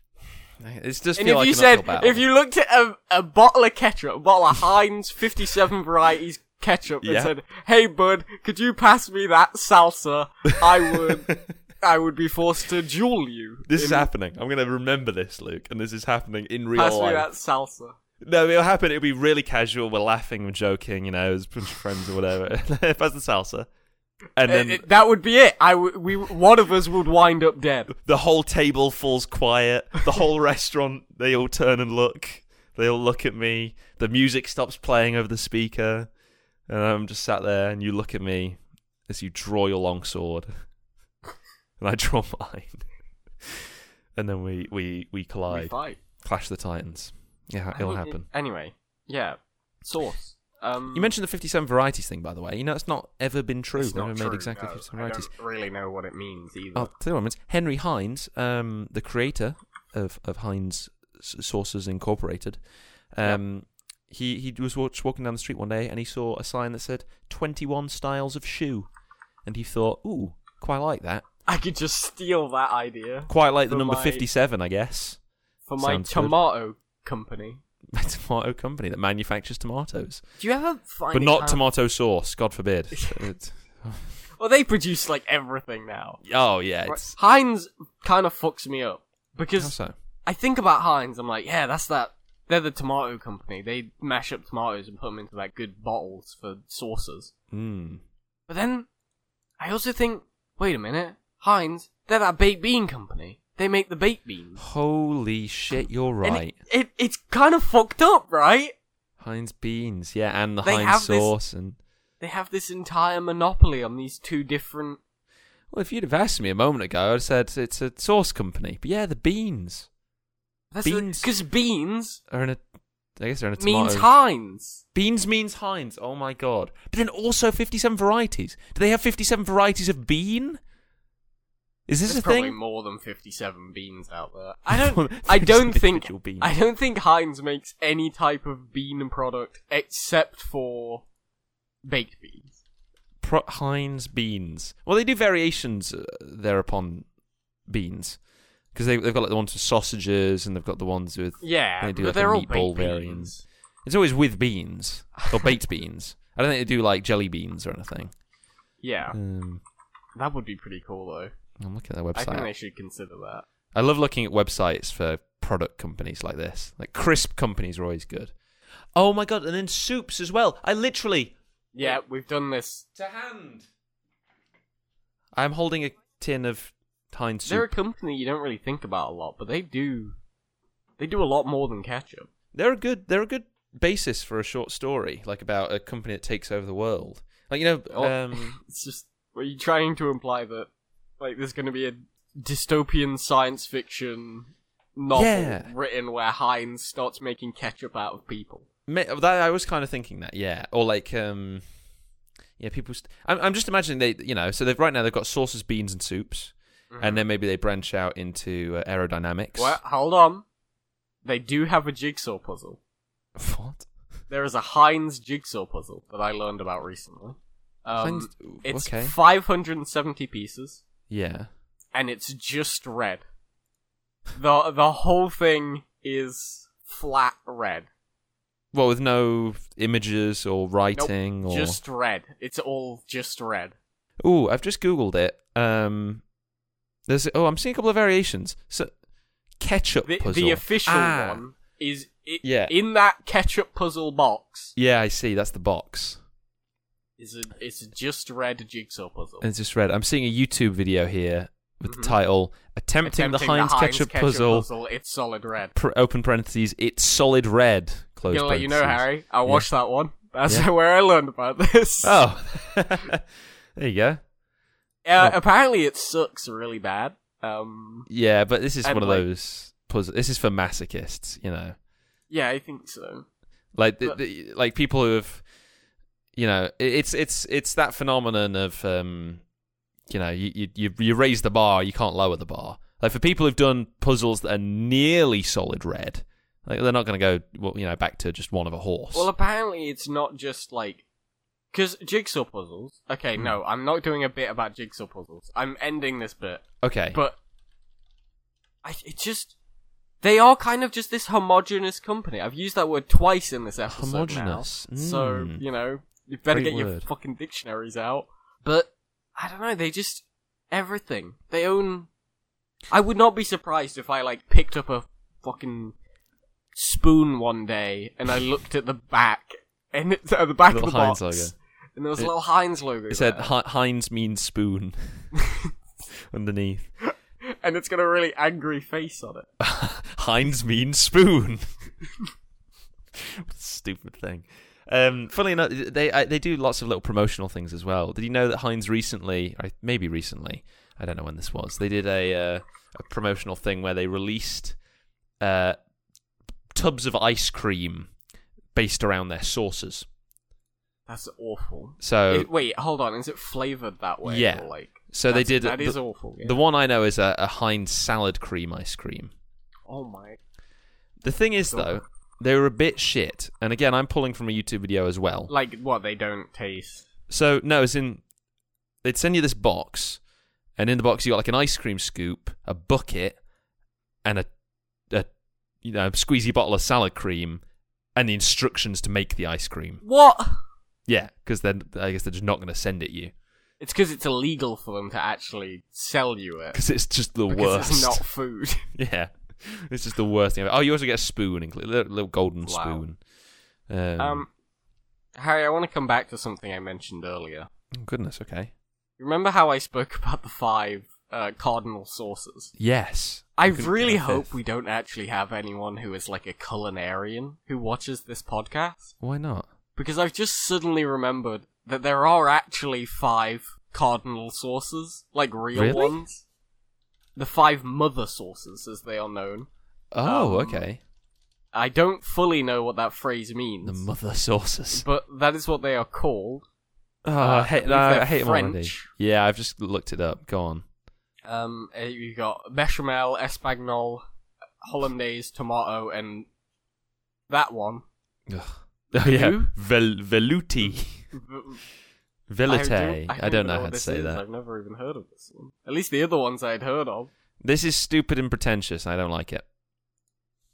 [SPEAKER 2] it's just
[SPEAKER 1] And if
[SPEAKER 2] feel like
[SPEAKER 1] you
[SPEAKER 2] an
[SPEAKER 1] said,
[SPEAKER 2] uphill battle.
[SPEAKER 1] if you looked at a, a bottle of ketchup, a bottle of Heinz 57 varieties ketchup,
[SPEAKER 2] Yeah.
[SPEAKER 1] and said, "Hey bud, could you pass me that salsa?" I would, I would be forced to duel you.
[SPEAKER 2] This is
[SPEAKER 1] in
[SPEAKER 2] happening. I'm going to remember this, Luke, and this is happening in real
[SPEAKER 1] Pass me
[SPEAKER 2] life.
[SPEAKER 1] that salsa.
[SPEAKER 2] No, it'll happen. It'll be really casual. We're laughing, we're joking, you know, as a bunch of friends or whatever. Pass the salsa, and then
[SPEAKER 1] Uh, it- that would be it. I w- we one of us would wind up dead.
[SPEAKER 2] the whole table falls quiet. The whole restaurant, they all turn and look. They all look at me. The music stops playing over the speaker, and I'm just sat there. And you look at me as you draw your long sword, and I draw mine, and then we we we
[SPEAKER 1] We
[SPEAKER 2] collide,
[SPEAKER 1] fight.
[SPEAKER 2] clash the titans. Yeah, it'll
[SPEAKER 1] I mean,
[SPEAKER 2] happen.
[SPEAKER 1] Anyway, yeah. Sauce. Um,
[SPEAKER 2] You mentioned the 57 varieties thing, by the way. You know, it's not ever been true.
[SPEAKER 1] it's
[SPEAKER 2] They've
[SPEAKER 1] not
[SPEAKER 2] never
[SPEAKER 1] true,
[SPEAKER 2] made exactly
[SPEAKER 1] no.
[SPEAKER 2] 57 varieties.
[SPEAKER 1] I don't really know what it means either.
[SPEAKER 2] Oh, tell you what, it's Henry Hines, um, the creator of, of Hines S- Sauces Incorporated, um, he he was wa- just walking down the street one day and he saw a sign that said 21 styles of shoe and he thought ooh quite like that
[SPEAKER 1] I could just steal that idea
[SPEAKER 2] quite like the
[SPEAKER 1] For
[SPEAKER 2] number
[SPEAKER 1] my-
[SPEAKER 2] 57 i guess
[SPEAKER 1] for my
[SPEAKER 2] Sounds good.
[SPEAKER 1] tomato company.
[SPEAKER 2] a tomato company that manufactures tomatoes
[SPEAKER 1] Do you ever find
[SPEAKER 2] but
[SPEAKER 1] it
[SPEAKER 2] not
[SPEAKER 1] hard-
[SPEAKER 2] tomato sauce god forbid It-
[SPEAKER 1] Well, they produce like everything now.
[SPEAKER 2] oh yeah
[SPEAKER 1] Right?
[SPEAKER 2] it's
[SPEAKER 1] Heinz kind of fucks me up
[SPEAKER 2] how
[SPEAKER 1] because
[SPEAKER 2] so?
[SPEAKER 1] I think about Heinz. I'm like, yeah, that's that. They're the tomato company. They mash up tomatoes and put them into like good bottles for sauces.
[SPEAKER 2] Mm.
[SPEAKER 1] But then I also think, wait a minute, Heinz. They're that baked bean company. They make the baked beans.
[SPEAKER 2] holy shit you're
[SPEAKER 1] And
[SPEAKER 2] right
[SPEAKER 1] It, it it's kind of fucked up, right?
[SPEAKER 2] heinz beans yeah and the
[SPEAKER 1] They
[SPEAKER 2] heinz
[SPEAKER 1] have this-
[SPEAKER 2] sauce and
[SPEAKER 1] They have this entire monopoly on these two different.
[SPEAKER 2] well if you'd have asked me a moment ago i'd have said it's a sauce company but yeah the beans Beans.
[SPEAKER 1] because beans
[SPEAKER 2] are in a i guess they're in a tomato
[SPEAKER 1] means Heinz.
[SPEAKER 2] Beans means Heinz. Oh my god! But then also fifty-seven varieties. Do they have fifty-seven varieties of bean? Is this
[SPEAKER 1] There's
[SPEAKER 2] a
[SPEAKER 1] probably
[SPEAKER 2] thing?
[SPEAKER 1] more than 57 beans out there. I don't
[SPEAKER 2] There's
[SPEAKER 1] I don't think
[SPEAKER 2] individual beans.
[SPEAKER 1] I don't think Heinz makes any type of bean product except for baked beans.
[SPEAKER 2] Pro- Heinz beans. Well, they do variations uh, thereupon beans because they, they've got like the ones with sausages and they've got the ones with.
[SPEAKER 1] Yeah,
[SPEAKER 2] They do,
[SPEAKER 1] but
[SPEAKER 2] like, a
[SPEAKER 1] they're all
[SPEAKER 2] meatball
[SPEAKER 1] baked
[SPEAKER 2] variant.
[SPEAKER 1] beans.
[SPEAKER 2] It's always with beans or baked beans. I don't think they do like jelly beans or anything.
[SPEAKER 1] Yeah.
[SPEAKER 2] Um,
[SPEAKER 1] That would be pretty cool though.
[SPEAKER 2] I'm looking at their
[SPEAKER 1] I
[SPEAKER 2] website.
[SPEAKER 1] think they should consider that.
[SPEAKER 2] I love looking at websites for product companies like this. Like crisp companies are always good. Oh my god, and then soups as well. I literally
[SPEAKER 1] Yeah, we've done this.
[SPEAKER 2] to hand. I'm holding a tin of Heinz soup.
[SPEAKER 1] They're a company you don't really think about a lot, but they do they do a lot more than ketchup.
[SPEAKER 2] They're a good they're a good basis for a short story, like about a company that takes over the world. Like you know,
[SPEAKER 1] Oh.
[SPEAKER 2] um,
[SPEAKER 1] It's just are you trying to imply that like there's going to be a dystopian science fiction novel
[SPEAKER 2] Yeah.
[SPEAKER 1] written where Heinz starts making ketchup out of people?
[SPEAKER 2] ma- that I was kind of thinking that, yeah, or like um, yeah, people. St- I'm I'm just imagining they, you know, so they've right now they've got sauces, beans, and soups,
[SPEAKER 1] Mm-hmm.
[SPEAKER 2] and then maybe they branch out into uh, aerodynamics.
[SPEAKER 1] Well, hold on. They do have a jigsaw puzzle.
[SPEAKER 2] What?
[SPEAKER 1] There is a Heinz jigsaw puzzle that I learned about recently. Um,
[SPEAKER 2] Heinz-
[SPEAKER 1] it's
[SPEAKER 2] okay.
[SPEAKER 1] 570 pieces,
[SPEAKER 2] Yeah.
[SPEAKER 1] and it's just red. the The whole thing is flat red.
[SPEAKER 2] Well, with no images or
[SPEAKER 1] Nope,
[SPEAKER 2] writing or.
[SPEAKER 1] just red. It's all just red.
[SPEAKER 2] Ooh, I've just googled it. Um, there's oh, I'm seeing a couple of variations. So, ketchup
[SPEAKER 1] The,
[SPEAKER 2] puzzle.
[SPEAKER 1] the official
[SPEAKER 2] Ah.
[SPEAKER 1] one is i
[SPEAKER 2] Yeah.
[SPEAKER 1] in that ketchup puzzle box.
[SPEAKER 2] Yeah, I see. That's the box.
[SPEAKER 1] Is a it's a just red jigsaw puzzle.
[SPEAKER 2] And it's just read. I'm seeing a YouTube video here with
[SPEAKER 1] Mhm.
[SPEAKER 2] the title Mm-hmm. "Attempting, the Heinz, ketchup, puzzle."
[SPEAKER 1] It's solid red.
[SPEAKER 2] Pr- open parentheses. It's solid red. Close.
[SPEAKER 1] Gonna let you know,
[SPEAKER 2] parentheses.
[SPEAKER 1] Harry. I
[SPEAKER 2] Yeah.
[SPEAKER 1] watched that one. That's
[SPEAKER 2] Yeah.
[SPEAKER 1] where I learned about this.
[SPEAKER 2] Oh, there you go.
[SPEAKER 1] Uh,
[SPEAKER 2] oh.
[SPEAKER 1] Apparently, it sucks really bad. Um,
[SPEAKER 2] Yeah, but this is
[SPEAKER 1] And
[SPEAKER 2] one of
[SPEAKER 1] like-
[SPEAKER 2] those puzzle. This is for masochists, you know.
[SPEAKER 1] yeah, I think so.
[SPEAKER 2] like the,
[SPEAKER 1] But-
[SPEAKER 2] the, like people who have you know it- it's it's it's that phenomenon of um you know you, you- you you raise the bar you can't lower the bar like for people who've done puzzles that are nearly solid red like they're not going to go well, you know back to just one of a horse
[SPEAKER 1] Well, apparently, it's not just like because jigsaw puzzles. Okay,
[SPEAKER 2] Hmm.
[SPEAKER 1] no, I'm not doing a bit about jigsaw puzzles. I'm ending this bit.
[SPEAKER 2] okay
[SPEAKER 1] but I, it just they are kind of just this homogenous company. I've used that word twice in this episode. now.
[SPEAKER 2] Homogenous.
[SPEAKER 1] so
[SPEAKER 2] Mm.
[SPEAKER 1] you know you better
[SPEAKER 2] Great
[SPEAKER 1] get your
[SPEAKER 2] word.
[SPEAKER 1] fucking dictionaries out. But I don't know. They just everything they own. I would not be surprised if I like picked up a fucking spoon one day and I looked at the back and it's at the back
[SPEAKER 2] Little
[SPEAKER 1] of the
[SPEAKER 2] Heinz
[SPEAKER 1] box
[SPEAKER 2] logo.
[SPEAKER 1] and there was a
[SPEAKER 2] It-
[SPEAKER 1] little Heinz logo.
[SPEAKER 2] it said
[SPEAKER 1] there.
[SPEAKER 2] "Hi- heinz means spoon underneath
[SPEAKER 1] and it's got a really angry face on it.
[SPEAKER 2] Heinz means spoon. Stupid thing. Um, funnily enough, they I, they do lots of little promotional things as well. Did you know that Heinz recently, or maybe recently, I don't know when this was, they did a uh, a promotional thing where they released uh, tubs of ice cream based around their sauces.
[SPEAKER 1] That's awful.
[SPEAKER 2] So
[SPEAKER 1] Is- wait, hold on. Is it flavored that way?
[SPEAKER 2] Yeah.
[SPEAKER 1] or, like
[SPEAKER 2] so they
[SPEAKER 1] that's-
[SPEAKER 2] did
[SPEAKER 1] That
[SPEAKER 2] the,
[SPEAKER 1] is awful. yeah.
[SPEAKER 2] the one I know is a, a Heinz salad cream ice cream.
[SPEAKER 1] oh my.
[SPEAKER 2] The thing is
[SPEAKER 1] Cool.
[SPEAKER 2] though, They were a bit shit. And again, I'm pulling from a YouTube video as well.
[SPEAKER 1] Like what they don't taste.
[SPEAKER 2] So no, as in they'd send you this box, and in the box you got like an ice cream scoop, a bucket, and a a you know squeezy bottle of salad cream, and the instructions to make the ice cream.
[SPEAKER 1] What?
[SPEAKER 2] Yeah, because then I guess they're just not going to send it you
[SPEAKER 1] It's because it's illegal for them to actually sell you it.
[SPEAKER 2] because it's just the
[SPEAKER 1] Because
[SPEAKER 2] worst.
[SPEAKER 1] it's not food.
[SPEAKER 2] Yeah, it's just the worst thing. Ever. Oh, you also get a spoon, included, little, little golden
[SPEAKER 1] Wow.
[SPEAKER 2] spoon. Um,
[SPEAKER 1] um, Harry, I want to come back to something I mentioned earlier.
[SPEAKER 2] oh, goodness, okay.
[SPEAKER 1] Remember how I spoke about the five uh, cardinal sauces?
[SPEAKER 2] Yes,
[SPEAKER 1] I
[SPEAKER 2] You couldn't
[SPEAKER 1] really
[SPEAKER 2] get a
[SPEAKER 1] hope
[SPEAKER 2] fifth.
[SPEAKER 1] we don't actually have anyone who is like a culinarian who watches this podcast
[SPEAKER 2] Why not?
[SPEAKER 1] because I've just suddenly remembered that there are actually five cardinal sauces, like real
[SPEAKER 2] Really?
[SPEAKER 1] ones. The five mother sauces, as they are known.
[SPEAKER 2] Oh,
[SPEAKER 1] Um,
[SPEAKER 2] okay.
[SPEAKER 1] I don't fully know what that phrase means,
[SPEAKER 2] The mother sauces.
[SPEAKER 1] but that is what they are called.
[SPEAKER 2] Oh,
[SPEAKER 1] Uh,
[SPEAKER 2] I hate,
[SPEAKER 1] I
[SPEAKER 2] no, I
[SPEAKER 1] believe
[SPEAKER 2] hate them
[SPEAKER 1] they're
[SPEAKER 2] already.
[SPEAKER 1] French.
[SPEAKER 2] Yeah, I've just looked it up. Go on.
[SPEAKER 1] Um, uh, you got bechamel, espagnol, hollandaise, tomato, and that one.
[SPEAKER 2] Ugh. Oh yeah,
[SPEAKER 1] You?
[SPEAKER 2] Vel- veluti,
[SPEAKER 1] V-
[SPEAKER 2] velite.
[SPEAKER 1] I don't,
[SPEAKER 2] I don't know
[SPEAKER 1] what
[SPEAKER 2] how to
[SPEAKER 1] this
[SPEAKER 2] say
[SPEAKER 1] is.
[SPEAKER 2] that.
[SPEAKER 1] I've never even heard of this one. At least the other ones I'd heard of.
[SPEAKER 2] This is stupid and pretentious. And I don't like it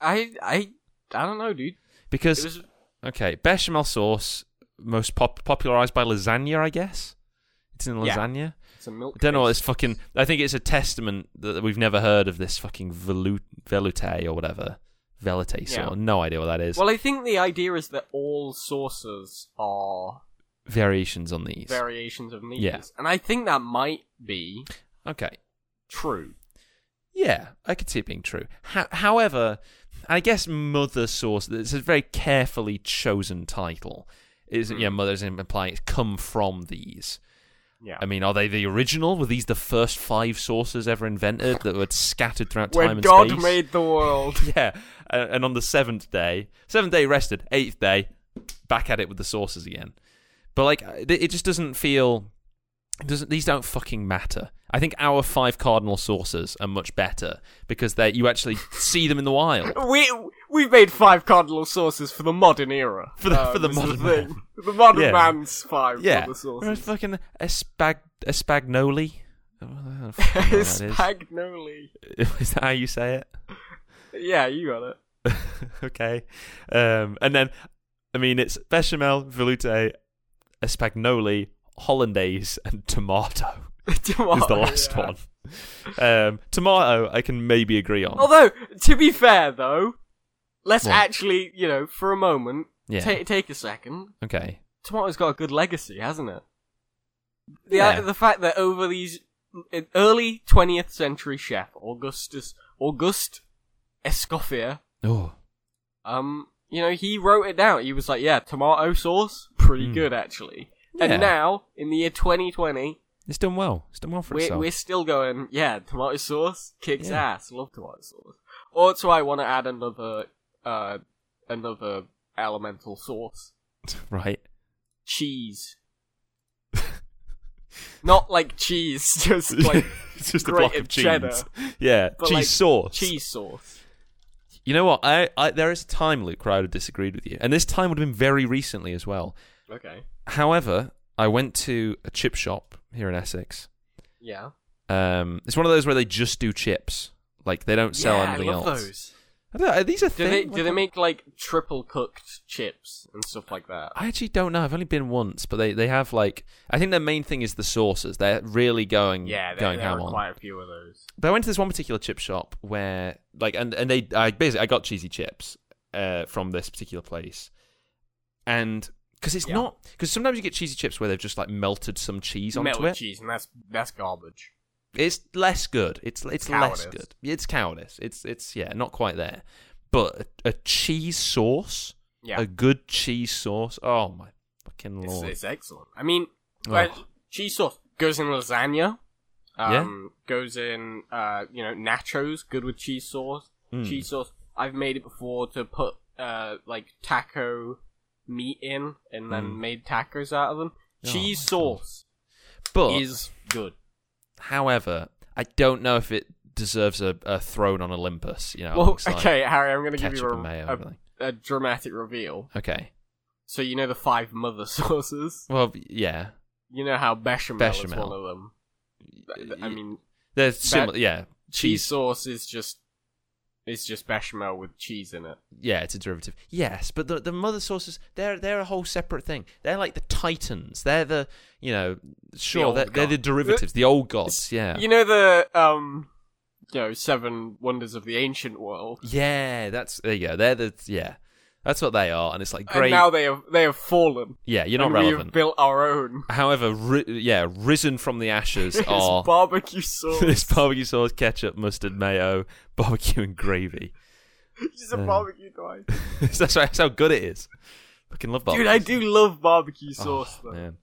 [SPEAKER 1] I I I don't know, dude. It
[SPEAKER 2] because
[SPEAKER 1] was
[SPEAKER 2] okay, bechamel sauce, most pop- popularized by lasagna, I guess. It's in
[SPEAKER 1] Yeah.
[SPEAKER 2] lasagna.
[SPEAKER 1] it's a milk.
[SPEAKER 2] I don't know what
[SPEAKER 1] based-
[SPEAKER 2] this fucking. I think it's a testament that we've never heard of this fucking velu- velute or whatever velite
[SPEAKER 1] Yeah.
[SPEAKER 2] sauce. No idea what that is.
[SPEAKER 1] Well, I think the idea is that all sauces are
[SPEAKER 2] Variations on these.
[SPEAKER 1] variations of these,
[SPEAKER 2] Yeah.
[SPEAKER 1] and I think that might be
[SPEAKER 2] okay.
[SPEAKER 1] true.
[SPEAKER 2] Yeah, I could see it being true. Ho- however, I guess mother sauce. It's a very carefully chosen title. Is yeah,
[SPEAKER 1] Hmm.
[SPEAKER 2] mother's implying it's come from these.
[SPEAKER 1] Yeah,
[SPEAKER 2] I mean, are they the original? Were these the first five sauces ever invented that were scattered throughout time
[SPEAKER 1] when
[SPEAKER 2] and
[SPEAKER 1] God
[SPEAKER 2] space?
[SPEAKER 1] made the world.
[SPEAKER 2] yeah. Uh, and on the seventh day, seventh day rested, eighth day, back at it with the sauces again. But like, it it just doesn't feel. It doesn't these don't fucking matter? I think our five cardinal sauces are much better because they you actually see them in the wild.
[SPEAKER 1] We we've made five cardinal sauces for the modern era. Um,
[SPEAKER 2] For the- for the
[SPEAKER 1] this is
[SPEAKER 2] modern
[SPEAKER 1] thing.
[SPEAKER 2] man.
[SPEAKER 1] the modern
[SPEAKER 2] Yeah.
[SPEAKER 1] man's five
[SPEAKER 2] Yeah,
[SPEAKER 1] cardinal
[SPEAKER 2] Whereas
[SPEAKER 1] sauces.
[SPEAKER 2] fucking espag espagnoli. I don't fucking know what that
[SPEAKER 1] Spagnoli.
[SPEAKER 2] is. is that how you say it?
[SPEAKER 1] Yeah, you got it.
[SPEAKER 2] okay. Um, and then, I mean, it's bechamel, velouté, espagnoli, hollandaise, and tomato is the
[SPEAKER 1] Tomato,
[SPEAKER 2] last
[SPEAKER 1] Oh, yeah.
[SPEAKER 2] one. Um, tomato, I can maybe agree on.
[SPEAKER 1] Although, to be fair though, let's
[SPEAKER 2] What?
[SPEAKER 1] actually, you know, for a moment,
[SPEAKER 2] Yeah.
[SPEAKER 1] ta- take a second.
[SPEAKER 2] okay.
[SPEAKER 1] Tomato's got a good legacy, hasn't it? The
[SPEAKER 2] Yeah.
[SPEAKER 1] the fact that over these an early 20th century chef Augustus August Escoffier
[SPEAKER 2] Oh,
[SPEAKER 1] Um, you know, he wrote it down. He was like, "Yeah, tomato sauce, pretty
[SPEAKER 2] Mm.
[SPEAKER 1] good actually."
[SPEAKER 2] Yeah.
[SPEAKER 1] And now, in the year 2020,
[SPEAKER 2] it's done well. It's done well for
[SPEAKER 1] we're,
[SPEAKER 2] itself.
[SPEAKER 1] we're still going. Yeah, tomato sauce kicks
[SPEAKER 2] Yeah.
[SPEAKER 1] ass. Love tomato sauce. Also, I want to add another, uh, another elemental sauce,
[SPEAKER 2] Right.
[SPEAKER 1] cheese. Not like cheese, just like
[SPEAKER 2] it's just a
[SPEAKER 1] grated
[SPEAKER 2] block of cheese.
[SPEAKER 1] cheddar,
[SPEAKER 2] yeah,
[SPEAKER 1] but
[SPEAKER 2] cheese
[SPEAKER 1] like
[SPEAKER 2] sauce.
[SPEAKER 1] cheese sauce.
[SPEAKER 2] You know what? I, I there is a time, Luke, where I would have disagreed with you, and this time would have been very recently as well.
[SPEAKER 1] Okay.
[SPEAKER 2] However, I went to a chip shop here in Essex,
[SPEAKER 1] Yeah.
[SPEAKER 2] Um, it's one of those where they just do chips. Like they don't sell
[SPEAKER 1] yeah,
[SPEAKER 2] anything
[SPEAKER 1] I love
[SPEAKER 2] else.
[SPEAKER 1] those.
[SPEAKER 2] I don't, are these a
[SPEAKER 1] Do
[SPEAKER 2] thing?
[SPEAKER 1] they
[SPEAKER 2] Like,
[SPEAKER 1] do they make like triple cooked chips and stuff like that?
[SPEAKER 2] I actually don't know. I've only been once, but they, they have like I think their main thing is the sauces. They're really going
[SPEAKER 1] Yeah, there,
[SPEAKER 2] going
[SPEAKER 1] there
[SPEAKER 2] ham
[SPEAKER 1] are
[SPEAKER 2] on.
[SPEAKER 1] quite a few of those.
[SPEAKER 2] But I went to this one particular chip shop where like and and they I basically I got cheesy chips uh, from this particular place, and because it's
[SPEAKER 1] Yeah.
[SPEAKER 2] not because sometimes you get cheesy chips where they've just like melted some cheese onto
[SPEAKER 1] Melted
[SPEAKER 2] it.
[SPEAKER 1] cheese, and that's that's garbage.
[SPEAKER 2] It's less good. It's it's less
[SPEAKER 1] Cowardice.
[SPEAKER 2] good. It's cowardice. It's it's yeah, not quite there. But a, a cheese sauce,
[SPEAKER 1] Yeah,
[SPEAKER 2] a good cheese sauce. Oh my fucking
[SPEAKER 1] it's,
[SPEAKER 2] lord!
[SPEAKER 1] it's excellent. I mean,
[SPEAKER 2] Oh.
[SPEAKER 1] well, cheese sauce goes in lasagna.
[SPEAKER 2] Yeah.
[SPEAKER 1] Um, Goes in, uh, you know, nachos. Good with cheese sauce.
[SPEAKER 2] Mm.
[SPEAKER 1] Cheese sauce. I've made it before to put uh like taco meat in, and then
[SPEAKER 2] Mm.
[SPEAKER 1] made tacos out of them.
[SPEAKER 2] Oh,
[SPEAKER 1] cheese
[SPEAKER 2] my God.
[SPEAKER 1] sauce
[SPEAKER 2] but
[SPEAKER 1] is good.
[SPEAKER 2] however, I don't know if it deserves a, a throne on Olympus. You know,
[SPEAKER 1] Well,
[SPEAKER 2] alongside
[SPEAKER 1] okay, Harry, I'm gonna give you
[SPEAKER 2] ketchup
[SPEAKER 1] a,
[SPEAKER 2] and mayo.
[SPEAKER 1] a
[SPEAKER 2] and everything.
[SPEAKER 1] a dramatic reveal.
[SPEAKER 2] Okay.
[SPEAKER 1] So you know the five mother sauces.
[SPEAKER 2] Well, yeah.
[SPEAKER 1] You know how bechamel, is
[SPEAKER 2] Bechamel.
[SPEAKER 1] one of them. Th- I mean,
[SPEAKER 2] They're similar. Yeah.
[SPEAKER 1] cheese
[SPEAKER 2] Cheese.
[SPEAKER 1] sauce is just is just bechamel with cheese in it.
[SPEAKER 2] Yeah, it's a derivative. Yes, but the the mother sauces they're they're a whole separate thing. They're like the titans. They're the you know sure
[SPEAKER 1] old
[SPEAKER 2] they're, they're the
[SPEAKER 1] gods.
[SPEAKER 2] derivatives, the old gods. Yeah.
[SPEAKER 1] You know the um, you know, seven wonders of the ancient world.
[SPEAKER 2] Yeah, that's there you go. They're the yeah. That's what they are, and it's like
[SPEAKER 1] And
[SPEAKER 2] great.
[SPEAKER 1] now they have they have fallen.
[SPEAKER 2] yeah, you're not
[SPEAKER 1] and We
[SPEAKER 2] relevant.
[SPEAKER 1] have built our own.
[SPEAKER 2] However, ri- yeah, risen from the ashes
[SPEAKER 1] It's
[SPEAKER 2] are
[SPEAKER 1] barbecue sauce.
[SPEAKER 2] this barbecue sauce, ketchup, mustard, mayo, barbecue, and gravy.
[SPEAKER 1] It's a barbecue guy.
[SPEAKER 2] that's right. That's how good it is. Fucking love barbecue.
[SPEAKER 1] Dude, I do love barbecue
[SPEAKER 2] Oh,
[SPEAKER 1] sauce though.
[SPEAKER 2] man.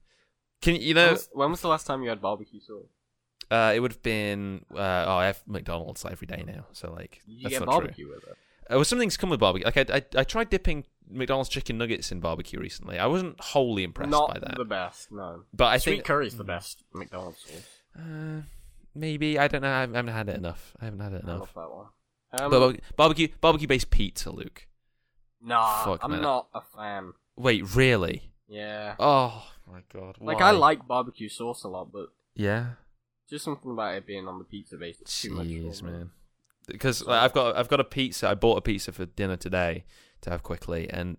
[SPEAKER 2] Can you
[SPEAKER 1] When
[SPEAKER 2] know?
[SPEAKER 1] was, when was the last time you had barbecue sauce?
[SPEAKER 2] Uh, it would have been. Uh, oh, I have McDonald's every day now, so like
[SPEAKER 1] You
[SPEAKER 2] that's
[SPEAKER 1] get
[SPEAKER 2] not
[SPEAKER 1] barbecue with it.
[SPEAKER 2] true. Uh, well, something's come with barbecue. Like I, I, I tried dipping McDonald's chicken nuggets in barbecue recently. I wasn't wholly impressed
[SPEAKER 1] Not
[SPEAKER 2] by that,
[SPEAKER 1] the best, no.
[SPEAKER 2] but I
[SPEAKER 1] Sweet
[SPEAKER 2] think Mm.
[SPEAKER 1] curry's the best McDonald's sauce.
[SPEAKER 2] uh, maybe I don't know. I haven't I haven't had it enough. I haven't had it
[SPEAKER 1] I
[SPEAKER 2] enough.
[SPEAKER 1] love that one. Um,
[SPEAKER 2] Barbe- Oh, barbecue, barbecue based pizza, Luke.
[SPEAKER 1] nah,
[SPEAKER 2] fuck,
[SPEAKER 1] I'm
[SPEAKER 2] man.
[SPEAKER 1] not a fan.
[SPEAKER 2] Wait, really?
[SPEAKER 1] Yeah.
[SPEAKER 2] Oh my god!
[SPEAKER 1] Like,
[SPEAKER 2] why?
[SPEAKER 1] I like barbecue sauce a lot, but
[SPEAKER 2] Yeah.
[SPEAKER 1] just something about it being on the pizza base is too much.
[SPEAKER 2] Jeez,
[SPEAKER 1] for me.
[SPEAKER 2] man. Because like, I've got I've got a pizza. I bought a pizza for dinner today to have quickly, and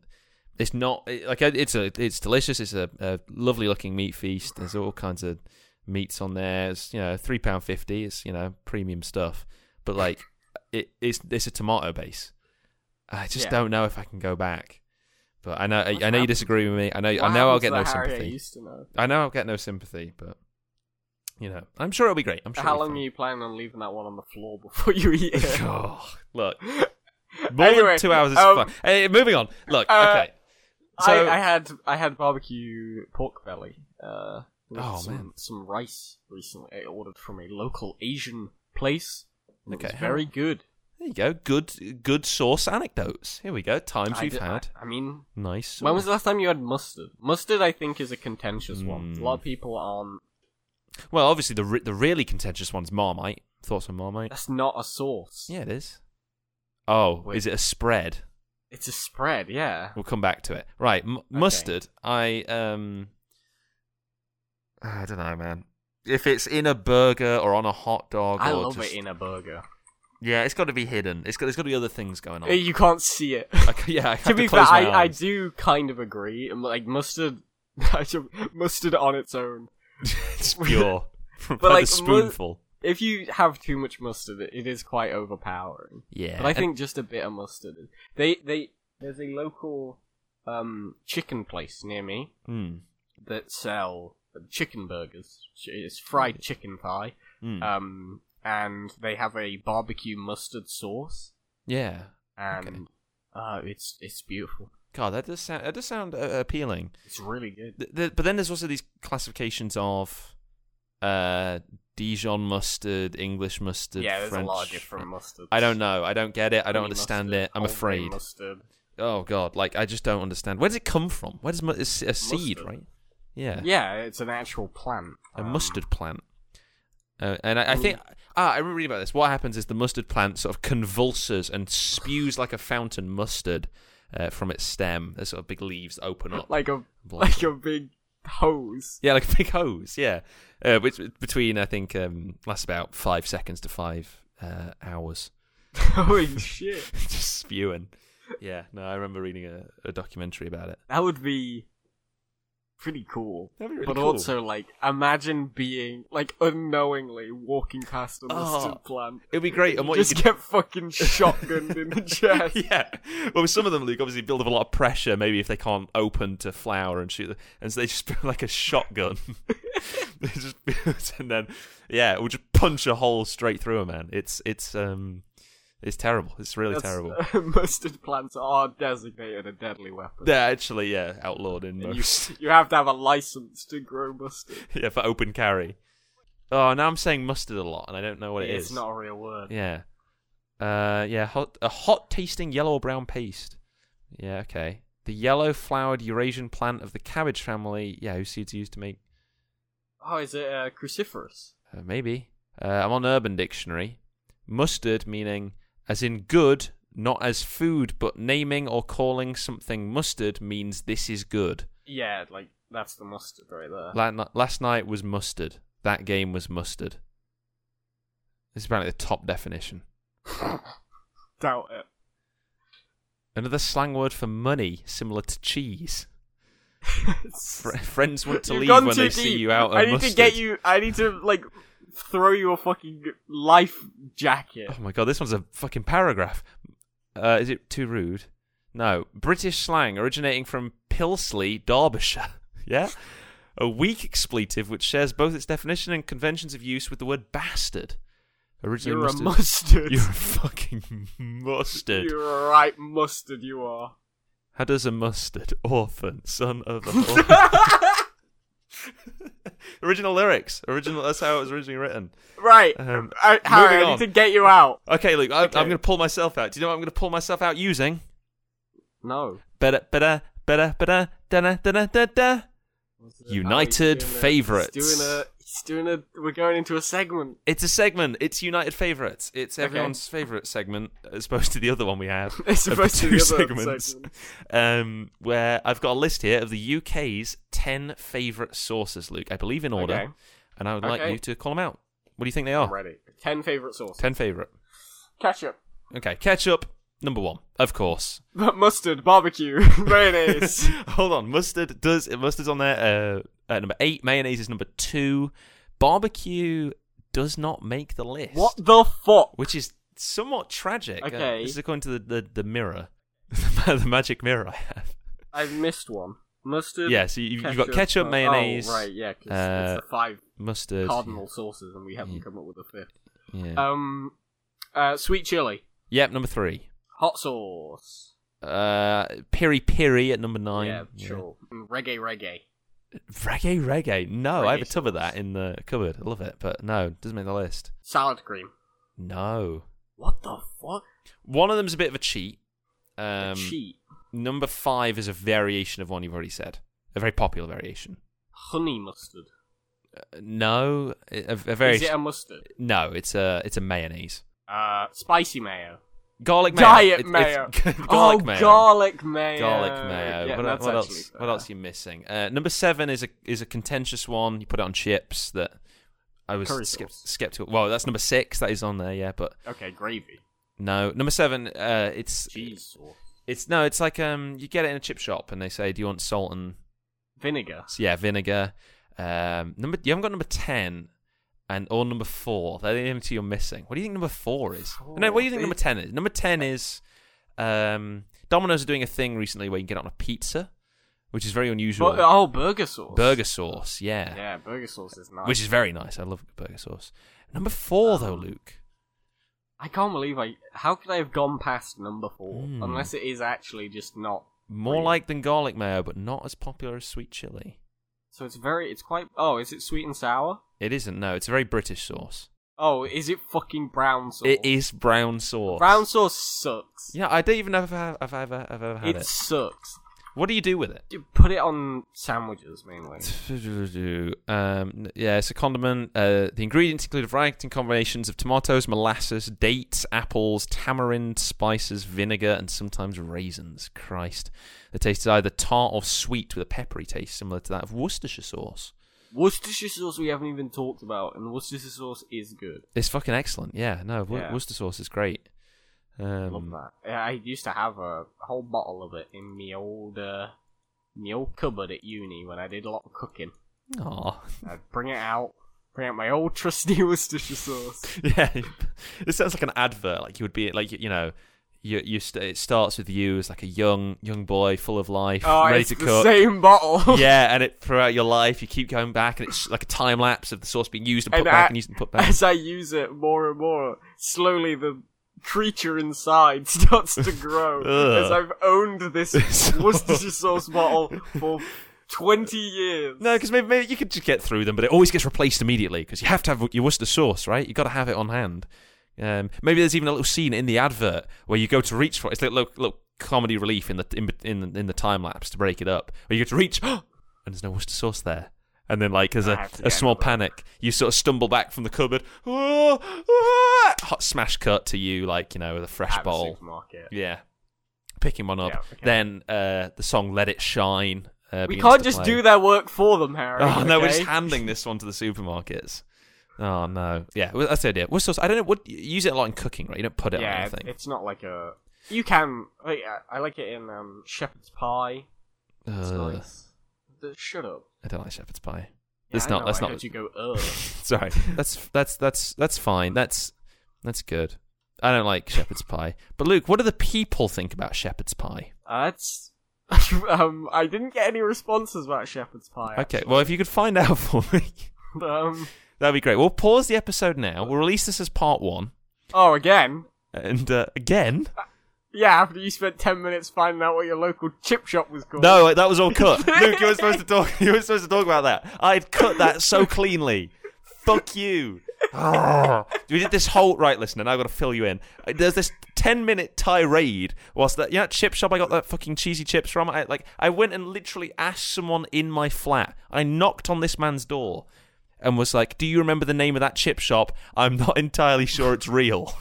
[SPEAKER 2] it's not it- like it's a it's delicious. It's a, a lovely looking meat feast. There's all kinds of meats on there. It's you know three pound fifty. It's you know premium stuff. But like it, it's it's a tomato base. I just
[SPEAKER 1] Yeah.
[SPEAKER 2] don't know if I can go back. But I know I,
[SPEAKER 1] What
[SPEAKER 2] I know you
[SPEAKER 1] happened?
[SPEAKER 2] disagree with me. I know
[SPEAKER 1] What
[SPEAKER 2] I know I'll
[SPEAKER 1] happened to the
[SPEAKER 2] get no
[SPEAKER 1] Harry I
[SPEAKER 2] sympathy.
[SPEAKER 1] used to know?
[SPEAKER 2] I know I'll get no sympathy, but you know I'm sure it'll be great. I'm sure.
[SPEAKER 1] How
[SPEAKER 2] it'll be
[SPEAKER 1] long
[SPEAKER 2] fun.
[SPEAKER 1] are you planning on leaving that one on the floor before you eat it?
[SPEAKER 2] Oh, look, more
[SPEAKER 1] Anyway,
[SPEAKER 2] than two hours is
[SPEAKER 1] um,
[SPEAKER 2] fine. Hey, moving on. Look,
[SPEAKER 1] uh,
[SPEAKER 2] okay. So
[SPEAKER 1] I, I had I had barbecue pork belly. Uh, with
[SPEAKER 2] Oh,
[SPEAKER 1] some,
[SPEAKER 2] man.
[SPEAKER 1] some rice recently. I ordered from a local Asian place. and it was
[SPEAKER 2] Okay, how-
[SPEAKER 1] very good.
[SPEAKER 2] there you go. Good, good sauce anecdotes. Here we go. Times
[SPEAKER 1] I
[SPEAKER 2] we've
[SPEAKER 1] d- I-
[SPEAKER 2] had
[SPEAKER 1] I mean,
[SPEAKER 2] nice. Sauce.
[SPEAKER 1] when was the last time you had mustard? Mustard, I think, is a contentious one.
[SPEAKER 2] Mm.
[SPEAKER 1] A lot of people aren't.
[SPEAKER 2] Well, obviously the re- the really contentious one's Marmite. Thoughts on Marmite?
[SPEAKER 1] That's not a sauce.
[SPEAKER 2] Yeah, it is. Oh,
[SPEAKER 1] Wait.
[SPEAKER 2] is it a spread?
[SPEAKER 1] It's a spread. Yeah.
[SPEAKER 2] We'll come back to it. Right, m- mustard. I um, I don't know, man. If it's in a burger or on a hot dog,
[SPEAKER 1] I
[SPEAKER 2] or
[SPEAKER 1] love
[SPEAKER 2] just-
[SPEAKER 1] it in a burger.
[SPEAKER 2] Yeah, it's got to be hidden. It's got. There's got to be other things going on.
[SPEAKER 1] Uh, You can't see it.
[SPEAKER 2] I c- yeah, I have
[SPEAKER 1] to be fair,
[SPEAKER 2] close my
[SPEAKER 1] I, I
[SPEAKER 2] eyes.
[SPEAKER 1] do kind of agree. Um, Like mustard, mustard on its own.
[SPEAKER 2] it's pure.
[SPEAKER 1] But, like,
[SPEAKER 2] but like
[SPEAKER 1] mu-
[SPEAKER 2] a spoonful.
[SPEAKER 1] If you have too much mustard, it, it is quite overpowering.
[SPEAKER 2] yeah.
[SPEAKER 1] But I think just a bit of mustard. is- They they there's a local um chicken place near me
[SPEAKER 2] Mm,
[SPEAKER 1] that sell chicken burgers. Ch- It's fried chicken pie.
[SPEAKER 2] mm.
[SPEAKER 1] Um, and they have a barbecue mustard sauce,
[SPEAKER 2] yeah.
[SPEAKER 1] and
[SPEAKER 2] Okay.
[SPEAKER 1] uh, it's it's beautiful.
[SPEAKER 2] God, that does sound that does sound uh, appealing.
[SPEAKER 1] It's really good.
[SPEAKER 2] Th th but then there's also these classifications of uh, Dijon mustard, English mustard.
[SPEAKER 1] yeah, there's
[SPEAKER 2] French.
[SPEAKER 1] a lot of different mustards.
[SPEAKER 2] I don't know. I don't get it. I don't
[SPEAKER 1] Honey
[SPEAKER 2] understand
[SPEAKER 1] mustard,
[SPEAKER 2] it. I'm
[SPEAKER 1] whole grain
[SPEAKER 2] afraid.
[SPEAKER 1] Mustard.
[SPEAKER 2] Oh God, like I just don't understand. Where does it come from? Where does mu- it's a seed,
[SPEAKER 1] Mustard.
[SPEAKER 2] right? Yeah.
[SPEAKER 1] Yeah, it's an actual plant.
[SPEAKER 2] a
[SPEAKER 1] Um,
[SPEAKER 2] mustard plant. Uh, and I, I think ah, I remember reading about this. What happens is the mustard plant sort of convulses and spews like a fountain mustard uh, from its stem. There's sort of big leaves that open up.
[SPEAKER 1] like a
[SPEAKER 2] Block
[SPEAKER 1] like a big hose.
[SPEAKER 2] yeah, like a big hose. Yeah, uh, which between I think um, lasts about five seconds to five uh, hours.
[SPEAKER 1] Holy shit!
[SPEAKER 2] Just spewing. Yeah, no, I remember reading a, a documentary about it.
[SPEAKER 1] That would be pretty cool.
[SPEAKER 2] That'd be really
[SPEAKER 1] but
[SPEAKER 2] cool.
[SPEAKER 1] also, like, imagine being like unknowingly walking past a mustard
[SPEAKER 2] Oh,
[SPEAKER 1] plant,
[SPEAKER 2] It'd be great. And what you
[SPEAKER 1] just
[SPEAKER 2] could
[SPEAKER 1] get fucking shotgunned in the chest.
[SPEAKER 2] yeah. Well, with some of them, Luke, obviously build up a lot of pressure. Maybe if they can't open to flower and shoot, the, and so they just build like a shotgun. They just- and then, yeah, we'll just punch a hole straight through a man. It's it's um, it's terrible. It's really
[SPEAKER 1] That's- uh,
[SPEAKER 2] terrible.
[SPEAKER 1] mustard plants are designated a deadly weapon.
[SPEAKER 2] They're actually yeah outlawed in
[SPEAKER 1] You,
[SPEAKER 2] most
[SPEAKER 1] you have to have a license to grow mustard.
[SPEAKER 2] yeah for open carry. Oh, now I'm saying mustard a lot, and I don't know what it
[SPEAKER 1] it's
[SPEAKER 2] is.
[SPEAKER 1] not a real word.
[SPEAKER 2] Yeah. Uh, yeah, hot, a hot tasting yellow or brown paste. Yeah, okay. The yellow flowered Eurasian plant of the cabbage family. Yeah, whose seeds are used to make.
[SPEAKER 1] Oh, is it uh, cruciferous?
[SPEAKER 2] Uh, maybe. Uh, I'm on Urban Dictionary. Mustard meaning as in good, not as food, but naming or calling something mustard means this is good.
[SPEAKER 1] Yeah, like that's the mustard right there.
[SPEAKER 2] La- la- Last night was mustard. That game was mustard. This is apparently the top definition.
[SPEAKER 1] Doubt it.
[SPEAKER 2] Another slang word for money, similar to cheese. Fr- friends want to
[SPEAKER 1] You've
[SPEAKER 2] leave
[SPEAKER 1] gone
[SPEAKER 2] when
[SPEAKER 1] too
[SPEAKER 2] they see
[SPEAKER 1] deep.
[SPEAKER 2] you out.
[SPEAKER 1] I
[SPEAKER 2] on
[SPEAKER 1] need
[SPEAKER 2] mustard.
[SPEAKER 1] to get you. I need to like throw you a fucking life jacket.
[SPEAKER 2] Oh my god, this one's a fucking paragraph. Uh, is it too rude? No. British slang originating from Pilsley, Derbyshire. yeah? A weak expletive which shares both its definition and conventions of use with the word bastard. Originally
[SPEAKER 1] You're
[SPEAKER 2] mustard.
[SPEAKER 1] a mustard.
[SPEAKER 2] You're a fucking mustard.
[SPEAKER 1] You're a right mustard. You are.
[SPEAKER 2] How does a mustard orphan, son of a original lyrics? Original. That's how it was originally written.
[SPEAKER 1] Right,
[SPEAKER 2] Um,
[SPEAKER 1] I, Harry.
[SPEAKER 2] moving
[SPEAKER 1] I
[SPEAKER 2] on.
[SPEAKER 1] need to get you out.
[SPEAKER 2] Okay, Luke. I,
[SPEAKER 1] Okay.
[SPEAKER 2] I'm going to pull myself out. Do you know what I'm going to pull myself out using?
[SPEAKER 1] No.
[SPEAKER 2] Better, better, better, better, da da da da.
[SPEAKER 1] Oh,
[SPEAKER 2] United
[SPEAKER 1] he's doing a-
[SPEAKER 2] favourites.
[SPEAKER 1] He's doing a. He's doing a. We're going into a segment.
[SPEAKER 2] It's a segment. It's United Favourites. It's
[SPEAKER 1] Okay.
[SPEAKER 2] everyone's favourite segment, as opposed to the other one we have.
[SPEAKER 1] It's
[SPEAKER 2] of
[SPEAKER 1] supposed to
[SPEAKER 2] two
[SPEAKER 1] be other
[SPEAKER 2] segments. Um, where I've got a list here of the UK's 10 favourite sources, Luke, I believe in order. Oh.
[SPEAKER 1] Okay.
[SPEAKER 2] And I would like
[SPEAKER 1] Okay.
[SPEAKER 2] you to call them out. What do you think they
[SPEAKER 1] I'm
[SPEAKER 2] are?
[SPEAKER 1] ready. Ten favorite sauces.
[SPEAKER 2] 10 favourite.
[SPEAKER 1] Ketchup,
[SPEAKER 2] Okay, ketchup, number one, of course.
[SPEAKER 1] mustard, barbecue, mayonnaise.
[SPEAKER 2] Hold on, mustard does mustard's on there uh, at number eight. Mayonnaise is number two. Barbecue does not make the list.
[SPEAKER 1] what the fuck?
[SPEAKER 2] Which is somewhat tragic. Uh,
[SPEAKER 1] Okay.
[SPEAKER 2] this is according to the the, the mirror, the magic mirror I have.
[SPEAKER 1] I've missed one. Mustard.
[SPEAKER 2] Yeah, so you, you've got ketchup,
[SPEAKER 1] oh,
[SPEAKER 2] mayonnaise,
[SPEAKER 1] Oh, right, yeah. 'cause
[SPEAKER 2] uh,
[SPEAKER 1] it's the five
[SPEAKER 2] mustard.
[SPEAKER 1] cardinal sauces, and we haven't
[SPEAKER 2] Yeah.
[SPEAKER 1] come up with a fifth.
[SPEAKER 2] Yeah.
[SPEAKER 1] Um, uh, sweet chili,
[SPEAKER 2] yep, number three.
[SPEAKER 1] hot sauce.
[SPEAKER 2] Uh, piri piri at number nine.
[SPEAKER 1] yeah, sure. And Reggae, reggae.
[SPEAKER 2] Reggae reggae. No, I have a
[SPEAKER 1] Reggae
[SPEAKER 2] tub of that in the cupboard. I love it, but no, doesn't make the list.
[SPEAKER 1] Salad cream.
[SPEAKER 2] No.
[SPEAKER 1] What the fuck?
[SPEAKER 2] One of them's a bit of a cheat. Um,
[SPEAKER 1] A cheat.
[SPEAKER 2] Number five is a variation of one you've already said. A very popular variation.
[SPEAKER 1] Honey mustard.
[SPEAKER 2] Uh, no, a, a very
[SPEAKER 1] Is it a mustard?
[SPEAKER 2] no. It's a it's a mayonnaise.
[SPEAKER 1] Uh, spicy mayo.
[SPEAKER 2] Garlic mayo.
[SPEAKER 1] Diet
[SPEAKER 2] It-
[SPEAKER 1] mayo.
[SPEAKER 2] It's,
[SPEAKER 1] oh,
[SPEAKER 2] garlic mayo.
[SPEAKER 1] garlic mayo.
[SPEAKER 2] Garlic mayo.
[SPEAKER 1] Yeah,
[SPEAKER 2] what
[SPEAKER 1] that's
[SPEAKER 2] what
[SPEAKER 1] actually
[SPEAKER 2] else?
[SPEAKER 1] fair.
[SPEAKER 2] What else are you missing? Uh, number seven is a is a contentious one. You put it on chips. That I was
[SPEAKER 1] Curry
[SPEAKER 2] skep-
[SPEAKER 1] sauce.
[SPEAKER 2] skeptical. Well, that's number six. That is on there. Yeah, but
[SPEAKER 1] Okay, gravy.
[SPEAKER 2] no. Number seven. Uh, it's
[SPEAKER 1] Cheese sauce.
[SPEAKER 2] it's no. It's like um. You get it in a chip shop, and they say, "Do you want salt and
[SPEAKER 1] Vinegar.
[SPEAKER 2] So yeah, vinegar. Um, number you haven't got number ten and or number four. They're the only two you're missing. What do you think number four is? No, what do you think
[SPEAKER 1] Four. Uh,
[SPEAKER 2] number ten is? Number ten is um, Domino's are doing a thing recently where you can get it on a pizza, which is very unusual.
[SPEAKER 1] Bu- oh, burger sauce.
[SPEAKER 2] Burger sauce, yeah.
[SPEAKER 1] Yeah, burger sauce is nice. Oh,
[SPEAKER 2] which is very nice. I love burger sauce. Number four though, Luke.
[SPEAKER 1] I can't believe I. How could I have gone past number four?
[SPEAKER 2] Hmm.
[SPEAKER 1] Unless it is actually just not.
[SPEAKER 2] More
[SPEAKER 1] Really?
[SPEAKER 2] like than garlic mayo, but not as popular as sweet chili.
[SPEAKER 1] So it's very. It's quite. Oh, is it sweet and sour?
[SPEAKER 2] It isn't. No, it's a very British sauce.
[SPEAKER 1] Oh, is it fucking brown sauce?
[SPEAKER 2] It is brown sauce.
[SPEAKER 1] Brown sauce sucks.
[SPEAKER 2] Yeah, I don't even know if I've, I've ever, I've ever had
[SPEAKER 1] it
[SPEAKER 2] it.
[SPEAKER 1] sucks.
[SPEAKER 2] What do you do with it?
[SPEAKER 1] You put it on sandwiches mainly.
[SPEAKER 2] Um, n- yeah, it's a condiment. Uh, the ingredients include a variety of combinations of tomatoes, molasses, dates, apples, tamarind, spices, vinegar, and sometimes raisins. Christ. The taste is either tart or sweet with a peppery taste similar to that of Worcestershire sauce.
[SPEAKER 1] Worcestershire sauce we haven't even talked about, and Worcestershire sauce is good.
[SPEAKER 2] It's fucking excellent. Yeah, no, Wor-
[SPEAKER 1] Yeah.
[SPEAKER 2] Worcester sauce is great. Um,
[SPEAKER 1] Love that. I I used to have a whole bottle of it in my old, uh, my old cupboard at uni when I did a lot of cooking.
[SPEAKER 2] aw.
[SPEAKER 1] I'd bring it out, bring out my old trusty Worcestershire sauce.
[SPEAKER 2] yeah, this sounds like an advert. Like you would be like you, you know, you you st- it starts with you as like a young young boy full of life,
[SPEAKER 1] Oh,
[SPEAKER 2] ready
[SPEAKER 1] it's
[SPEAKER 2] to
[SPEAKER 1] the
[SPEAKER 2] cook.
[SPEAKER 1] same bottle.
[SPEAKER 2] yeah, and it throughout your life you keep going back, and it's like a time lapse of the sauce being used and put
[SPEAKER 1] And
[SPEAKER 2] back
[SPEAKER 1] I-
[SPEAKER 2] and used and put back.
[SPEAKER 1] As I use it more and more, slowly the creature inside starts to grow.
[SPEAKER 2] Ugh.
[SPEAKER 1] as I've owned this
[SPEAKER 2] It's-
[SPEAKER 1] Worcestershire sauce bottle for 20 years.
[SPEAKER 2] No, because maybe, maybe you could just get through them, but it always gets replaced immediately because you have to have your Worcester sauce, right? You got to have it on hand. Um, maybe there's even a little scene in the advert where you go to reach for it. It's like a little, little comedy relief in the in in the, in the time lapse to break it up, where you go to reach and there's no Worcester sauce there, And then, like, as
[SPEAKER 1] I
[SPEAKER 2] a,
[SPEAKER 1] have to
[SPEAKER 2] a
[SPEAKER 1] get
[SPEAKER 2] small
[SPEAKER 1] another.
[SPEAKER 2] panic, you sort of stumble back from the cupboard. Ah, ah, hot smash cut to you, like, you know, with a fresh
[SPEAKER 1] at the
[SPEAKER 2] bowl.
[SPEAKER 1] supermarket.
[SPEAKER 2] Yeah. Picking one up.
[SPEAKER 1] Yeah, okay.
[SPEAKER 2] Then uh, the song Let It Shine. Uh,
[SPEAKER 1] We can't just do their work for them, Harry.
[SPEAKER 2] Oh, no, we're
[SPEAKER 1] okay?
[SPEAKER 2] just handing this one to the supermarkets. Oh, no. Yeah, well, that's the idea. We're I don't know. What, you use it a lot in cooking, right? You don't put it on
[SPEAKER 1] Yeah,
[SPEAKER 2] anything.
[SPEAKER 1] it's not like a. You can. Like, I I like it in um, shepherd's pie. It's
[SPEAKER 2] Ugh,
[SPEAKER 1] nice. The, shut up.
[SPEAKER 2] I don't like shepherd's pie.
[SPEAKER 1] Yeah,
[SPEAKER 2] It's
[SPEAKER 1] I
[SPEAKER 2] not-
[SPEAKER 1] Know,
[SPEAKER 2] that's
[SPEAKER 1] I
[SPEAKER 2] not-
[SPEAKER 1] Heard you go. Ugh.
[SPEAKER 2] Sorry. That's that's that's that's fine. That's that's good. I don't like shepherd's pie. But Luke, what do the people think about shepherd's pie?
[SPEAKER 1] Uh, That's. um, I didn't get any responses about shepherd's pie.
[SPEAKER 2] Okay. Well, if you could find out for me,
[SPEAKER 1] actually. Um.
[SPEAKER 2] that'd be great. We'll pause the episode now. We'll release this as part one.
[SPEAKER 1] Oh, again.
[SPEAKER 2] And uh, again,
[SPEAKER 1] Yeah, after you spent ten minutes finding out what your local chip shop was called.
[SPEAKER 2] no, that was all cut. Luke, you were supposed to talk. You were supposed to talk about that. I'd cut that so cleanly. Fuck you. Ah. we did this whole right, listener. Now I've got to fill you in. Uh, There's this ten-minute tirade. Whilst that, you know, that chip shop I got that fucking cheesy chips from. I like, I went and literally asked someone in my flat. I knocked on this man's door, and was like, "Do you remember the name of that chip shop? I'm not entirely sure it's real.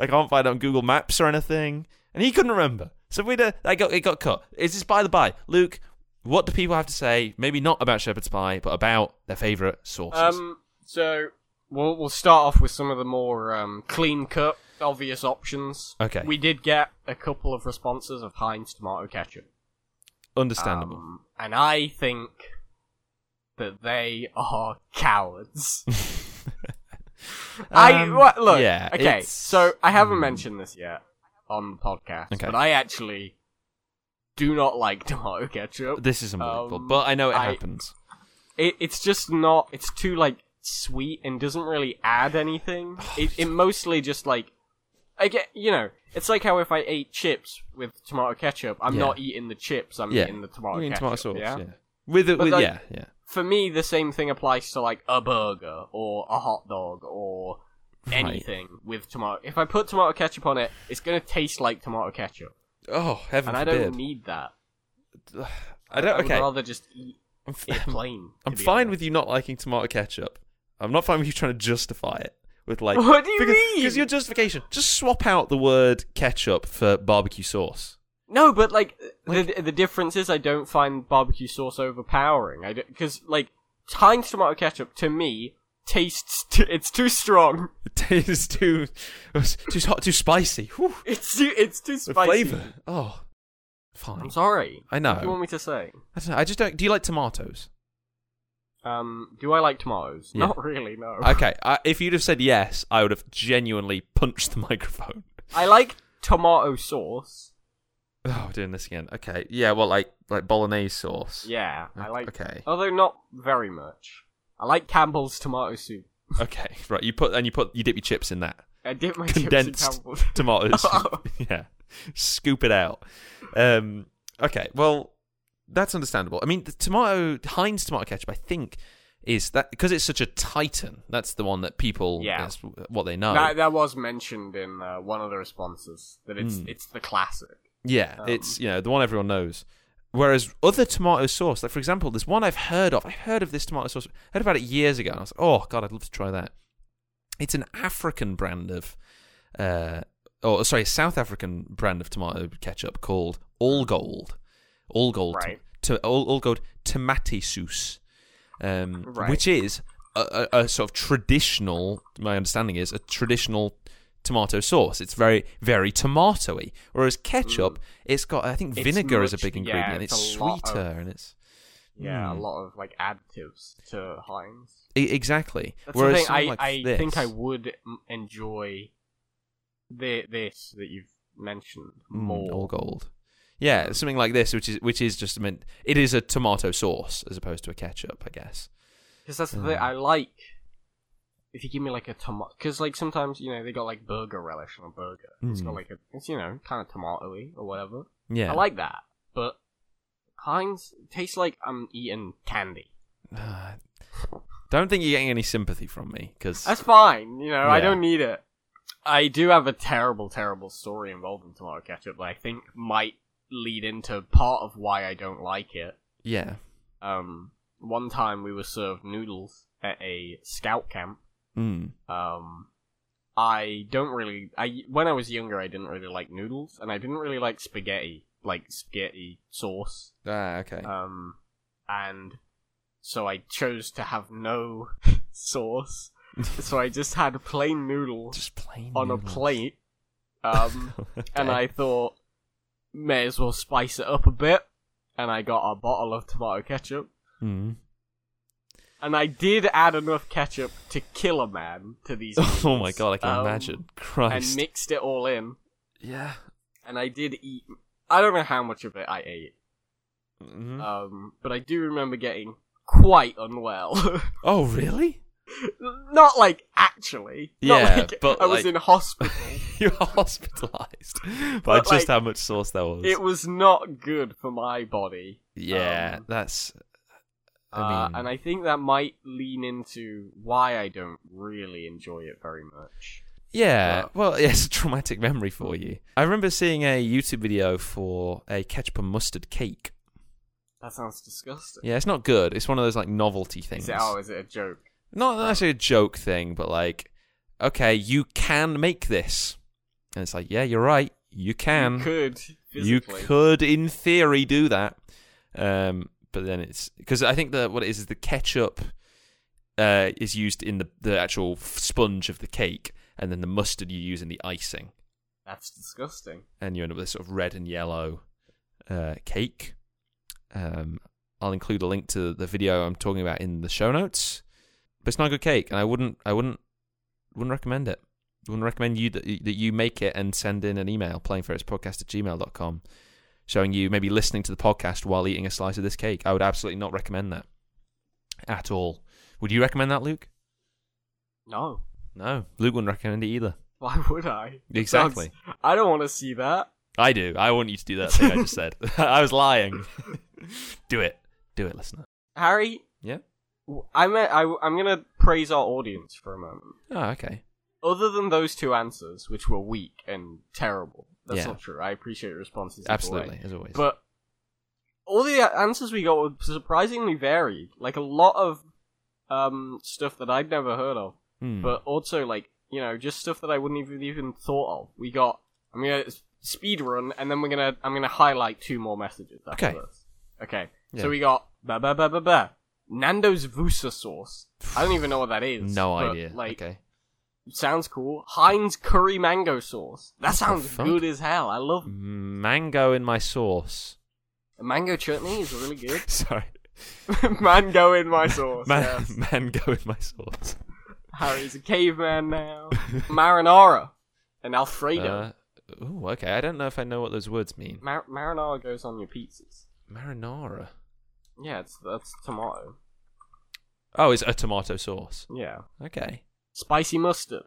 [SPEAKER 2] I can't find it on Google Maps or anything." And he couldn't remember. So we, uh, I got it got cut. Is this by the by, Luke? What do people have to say? Maybe not about shepherd's pie, but about their favorite sauces.
[SPEAKER 1] Um. So we'll we'll start off with some of the more um, clean cut, obvious options.
[SPEAKER 2] Okay.
[SPEAKER 1] We did get a couple of responses of Heinz tomato ketchup.
[SPEAKER 2] Understandable.
[SPEAKER 1] Um, and I think that they are cowards. I
[SPEAKER 2] Um,
[SPEAKER 1] what, look.
[SPEAKER 2] yeah,
[SPEAKER 1] okay,
[SPEAKER 2] it's- hmm.
[SPEAKER 1] so I haven't mentioned this yet on the podcast,
[SPEAKER 2] Okay.
[SPEAKER 1] but I actually do not like tomato ketchup.
[SPEAKER 2] This is unbelievable,
[SPEAKER 1] Um,
[SPEAKER 2] but I know it
[SPEAKER 1] I-
[SPEAKER 2] happens.
[SPEAKER 1] It, it's just not. It's too like sweet and doesn't really add anything. It, it mostly just like I get you know. It's like how if I ate chips with tomato ketchup, I'm
[SPEAKER 2] Yeah.
[SPEAKER 1] not eating the chips. I'm
[SPEAKER 2] Yeah,
[SPEAKER 1] eating the tomato
[SPEAKER 2] You mean
[SPEAKER 1] ketchup.
[SPEAKER 2] tomato sauce?
[SPEAKER 1] yeah?
[SPEAKER 2] Yeah. With, it-
[SPEAKER 1] But
[SPEAKER 2] with
[SPEAKER 1] like-
[SPEAKER 2] yeah, yeah.
[SPEAKER 1] for me, the same thing applies to like a burger or a hot dog or
[SPEAKER 2] Right.
[SPEAKER 1] anything with tomato. If I put tomato ketchup on it, it's gonna taste like tomato ketchup,
[SPEAKER 2] Oh heaven
[SPEAKER 1] and I
[SPEAKER 2] forbid!
[SPEAKER 1] don't need that.
[SPEAKER 2] I don't.
[SPEAKER 1] I
[SPEAKER 2] Okay,
[SPEAKER 1] would rather just eat
[SPEAKER 2] I'm, f-
[SPEAKER 1] it plain.
[SPEAKER 2] I'm fine with you not liking tomato ketchup. I'm not fine with you trying to justify it with like.
[SPEAKER 1] What do you
[SPEAKER 2] because,
[SPEAKER 1] mean?
[SPEAKER 2] Because your justification, just swap out the word ketchup for barbecue sauce.
[SPEAKER 1] No, but like, the the difference is I don't find barbecue sauce overpowering. I because like Heinz tomato ketchup to me tastes t- it's too strong.
[SPEAKER 2] It tastes too, too hot, too spicy. Whew,
[SPEAKER 1] It's too it's too
[SPEAKER 2] the
[SPEAKER 1] spicy.
[SPEAKER 2] flavor. Oh, fine.
[SPEAKER 1] I'm sorry.
[SPEAKER 2] I know.
[SPEAKER 1] What do you want me to say?
[SPEAKER 2] I don't know. I just don't. Do you like tomatoes?
[SPEAKER 1] Um, do I like tomatoes?
[SPEAKER 2] Yeah.
[SPEAKER 1] Not really, no. I,
[SPEAKER 2] Okay, I, if you'd have said yes, I would have genuinely punched the microphone.
[SPEAKER 1] like tomato sauce.
[SPEAKER 2] Oh, we're doing this again. Okay, yeah, well, like like bolognese sauce.
[SPEAKER 1] Yeah, I like.
[SPEAKER 2] Mm, Okay.
[SPEAKER 1] Although not very much. I like Campbell's tomato soup.
[SPEAKER 2] Okay, right. You put and you put you dip your chips in that
[SPEAKER 1] I dip my
[SPEAKER 2] condensed
[SPEAKER 1] chips in Campbell's.
[SPEAKER 2] tomatoes.
[SPEAKER 1] Oh.
[SPEAKER 2] yeah, scoop it out. Um, okay, well, that's understandable. I mean, the tomato Heinz tomato ketchup, I think, is that because it's such a titan. That's the one that people.
[SPEAKER 1] Yeah.
[SPEAKER 2] That's what they know.
[SPEAKER 1] That, that was mentioned in uh, one of the responses that it's
[SPEAKER 2] Hmm.
[SPEAKER 1] it's the classic.
[SPEAKER 2] Yeah,
[SPEAKER 1] Um,
[SPEAKER 2] it's you know the one everyone knows. Whereas other tomato sauce, like for example, there's one I've heard of. I heard of this tomato sauce. I heard about it years ago, and I was like, oh god, I'd love to try that. It's an African brand of, uh, oh sorry, a South African brand of tomato ketchup called All Gold, All Gold,
[SPEAKER 1] Right.
[SPEAKER 2] to, All, All Gold Tomate Sauce, um,
[SPEAKER 1] Right.
[SPEAKER 2] which is a, a, a sort of traditional. My understanding is a traditional tomato sauce. It's very very tomatoey. Whereas ketchup, it's got I think
[SPEAKER 1] Mm. It's
[SPEAKER 2] vinegar is a
[SPEAKER 1] much-
[SPEAKER 2] big
[SPEAKER 1] yeah,
[SPEAKER 2] ingredient. it's,
[SPEAKER 1] it's a lot of-
[SPEAKER 2] sweeter and it's
[SPEAKER 1] Yeah, a
[SPEAKER 2] Hmm.
[SPEAKER 1] lot of like additives to Heinz.
[SPEAKER 2] e- exactly.
[SPEAKER 1] That's
[SPEAKER 2] Whereas
[SPEAKER 1] the thing. I
[SPEAKER 2] something like
[SPEAKER 1] I
[SPEAKER 2] this-
[SPEAKER 1] think I would m- enjoy the this that you've mentioned
[SPEAKER 2] Mm,
[SPEAKER 1] more.
[SPEAKER 2] all gold. Yeah, something like this, which is which is just meant it is a tomato sauce as opposed to a ketchup, I guess.
[SPEAKER 1] Because that's the thing I like. If you give me like a tomato, because like sometimes you know they got like burger relish on a burger. It's got
[SPEAKER 2] Mm.
[SPEAKER 1] like a, it's you know kind of tomatoey or whatever.
[SPEAKER 2] Yeah,
[SPEAKER 1] I like that, but Heinz tastes like I'm eating candy.
[SPEAKER 2] Ah, don't think you're getting any sympathy from me because
[SPEAKER 1] That's fine, you know I
[SPEAKER 2] Yeah.
[SPEAKER 1] don't need it. I do have a terrible, terrible story involving tomato ketchup that I think might lead into part of why I don't like it.
[SPEAKER 2] yeah,
[SPEAKER 1] Um, one time we were served noodles at a scout camp.
[SPEAKER 2] Mm.
[SPEAKER 1] Um, I don't really. I when I was younger, I didn't really like noodles, and I didn't really like spaghetti, like spaghetti sauce.
[SPEAKER 2] Ah, okay.
[SPEAKER 1] Um, and so I chose to have no sauce. so I just had plain noodles
[SPEAKER 2] Just plain
[SPEAKER 1] on a
[SPEAKER 2] noodles.
[SPEAKER 1] plate. Um, and
[SPEAKER 2] Okay.
[SPEAKER 1] I thought, may as well spice it up a bit. And I got a bottle of tomato ketchup.
[SPEAKER 2] Mm.
[SPEAKER 1] And I did add enough ketchup to kill a man to these.
[SPEAKER 2] Oh my
[SPEAKER 1] noodles,
[SPEAKER 2] god, I can
[SPEAKER 1] um,
[SPEAKER 2] imagine.
[SPEAKER 1] And
[SPEAKER 2] Christ.
[SPEAKER 1] mixed it all in.
[SPEAKER 2] yeah.
[SPEAKER 1] And I did eat. I don't know how much of it I ate.
[SPEAKER 2] Mhm.
[SPEAKER 1] Um, but I do remember getting quite unwell.
[SPEAKER 2] oh really?
[SPEAKER 1] Not like actually.
[SPEAKER 2] Yeah,
[SPEAKER 1] not like
[SPEAKER 2] but,
[SPEAKER 1] I was
[SPEAKER 2] like-
[SPEAKER 1] in hospital.
[SPEAKER 2] you were hospitalised
[SPEAKER 1] But,
[SPEAKER 2] by just
[SPEAKER 1] like,
[SPEAKER 2] how much sauce there was.
[SPEAKER 1] it was not good for my body.
[SPEAKER 2] yeah,
[SPEAKER 1] um,
[SPEAKER 2] that's.
[SPEAKER 1] uh,
[SPEAKER 2] I mean,
[SPEAKER 1] and I think that might lean into why I don't really enjoy it very much.
[SPEAKER 2] yeah.
[SPEAKER 1] uh,
[SPEAKER 2] well, yeah, it's a traumatic memory for you. I remember seeing a YouTube video for a ketchup and mustard cake.
[SPEAKER 1] That sounds disgusting.
[SPEAKER 2] Yeah, it's not good. It's one of those like novelty things.
[SPEAKER 1] Is it, oh, is it a joke?
[SPEAKER 2] Not actually a joke thing, but like, okay, you can make this, and it's like, yeah, you're right, you can.
[SPEAKER 1] you could.
[SPEAKER 2] Um, You
[SPEAKER 1] Physically.
[SPEAKER 2] could, in theory, do that. Um, but then it's because I think that what it is is the ketchup uh, is used in the the actual f- sponge of the cake, and then the mustard you use in the icing,
[SPEAKER 1] That's disgusting.
[SPEAKER 2] and you end up with this sort of red and yellow uh, cake. Um, I'll include a link to the video I'm talking about in the show notes. But it's not a good cake, and I wouldn't, I wouldn't, wouldn't recommend it. Wouldn't recommend you that, that you make it and send in an email playingfairespodcast at gmail.com showing you maybe listening to the podcast while eating a slice of this cake. I would absolutely not recommend that at all. Would you recommend that, Luke?
[SPEAKER 1] No.
[SPEAKER 2] No, Luke wouldn't recommend it either.
[SPEAKER 1] Why would I? That sounds-
[SPEAKER 2] Exactly.
[SPEAKER 1] I don't want to see that.
[SPEAKER 2] I do. I want you to do that thing I just said. I was lying. do it. Do it, listener.
[SPEAKER 1] Harry,
[SPEAKER 2] Yeah.
[SPEAKER 1] w- I'm, a, I, am i am going to praise our audience for a moment.
[SPEAKER 2] Oh, okay.
[SPEAKER 1] other than those two answers, which were weak and terrible, that's
[SPEAKER 2] Yeah.
[SPEAKER 1] not true. I appreciate your responses. either
[SPEAKER 2] Absolutely,
[SPEAKER 1] way.
[SPEAKER 2] as always.
[SPEAKER 1] But all the answers we got were surprisingly varied. Like a lot of um, stuff that I'd never heard of,
[SPEAKER 2] Hmm.
[SPEAKER 1] but also like you know just stuff that I wouldn't even even thought of. We got. I'm gonna s- speed run, and then we're gonna I'm gonna highlight two more messages. After
[SPEAKER 2] Okay.
[SPEAKER 1] This. Okay.
[SPEAKER 2] Yeah.
[SPEAKER 1] So we got ba ba ba ba ba. Nando's Vusa sauce. I don't even know what that is.
[SPEAKER 2] no
[SPEAKER 1] but,
[SPEAKER 2] idea.
[SPEAKER 1] Like,
[SPEAKER 2] okay.
[SPEAKER 1] Sounds cool. Heinz curry mango sauce. That sounds
[SPEAKER 2] fuck? Hmm.
[SPEAKER 1] good as hell. I love
[SPEAKER 2] Mango in my sauce.
[SPEAKER 1] mango chutney is really good.
[SPEAKER 2] Sorry.
[SPEAKER 1] mango in my sauce.
[SPEAKER 2] Man-
[SPEAKER 1] yes.
[SPEAKER 2] mango in my sauce.
[SPEAKER 1] Harry's a caveman now. marinara and Alfredo.
[SPEAKER 2] Uh, ooh, okay. I don't know if I know what those words mean.
[SPEAKER 1] Mar- marinara goes on your pizzas.
[SPEAKER 2] Marinara.
[SPEAKER 1] Yeah, it's that's tomato.
[SPEAKER 2] Oh, it's a tomato sauce.
[SPEAKER 1] Yeah,
[SPEAKER 2] Okay.
[SPEAKER 1] spicy mustard.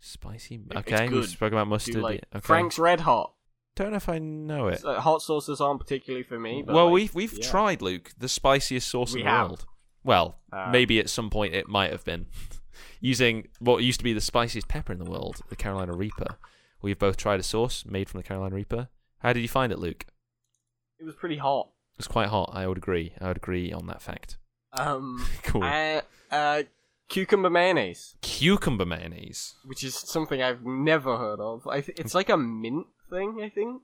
[SPEAKER 2] Spicy.
[SPEAKER 1] It- it's
[SPEAKER 2] Okay, we
[SPEAKER 1] good.
[SPEAKER 2] spoke about
[SPEAKER 1] Do
[SPEAKER 2] mustard.
[SPEAKER 1] like
[SPEAKER 2] yeah, okay.
[SPEAKER 1] Frank's Red Hot.
[SPEAKER 2] Don't know if I know it.
[SPEAKER 1] It's, uh, hot sauces aren't particularly for me. But
[SPEAKER 2] well,
[SPEAKER 1] like,
[SPEAKER 2] we've we've
[SPEAKER 1] yeah.
[SPEAKER 2] tried Luke the spiciest sauce
[SPEAKER 1] We
[SPEAKER 2] in the
[SPEAKER 1] have.
[SPEAKER 2] world. Well,
[SPEAKER 1] Uh,
[SPEAKER 2] maybe at some point it might have been using what used to be the spiciest pepper in the world, the Carolina Reaper. We've both tried a sauce made from the Carolina Reaper. How did you find it, Luke?
[SPEAKER 1] It was pretty hot.
[SPEAKER 2] It was quite hot. I would agree. I would agree on that fact.
[SPEAKER 1] Um,
[SPEAKER 2] Cool.
[SPEAKER 1] uh, uh, cucumber mayonnaise.
[SPEAKER 2] Cucumber mayonnaise.
[SPEAKER 1] which is something I've never heard of. I th- it's like a mint thing, I think,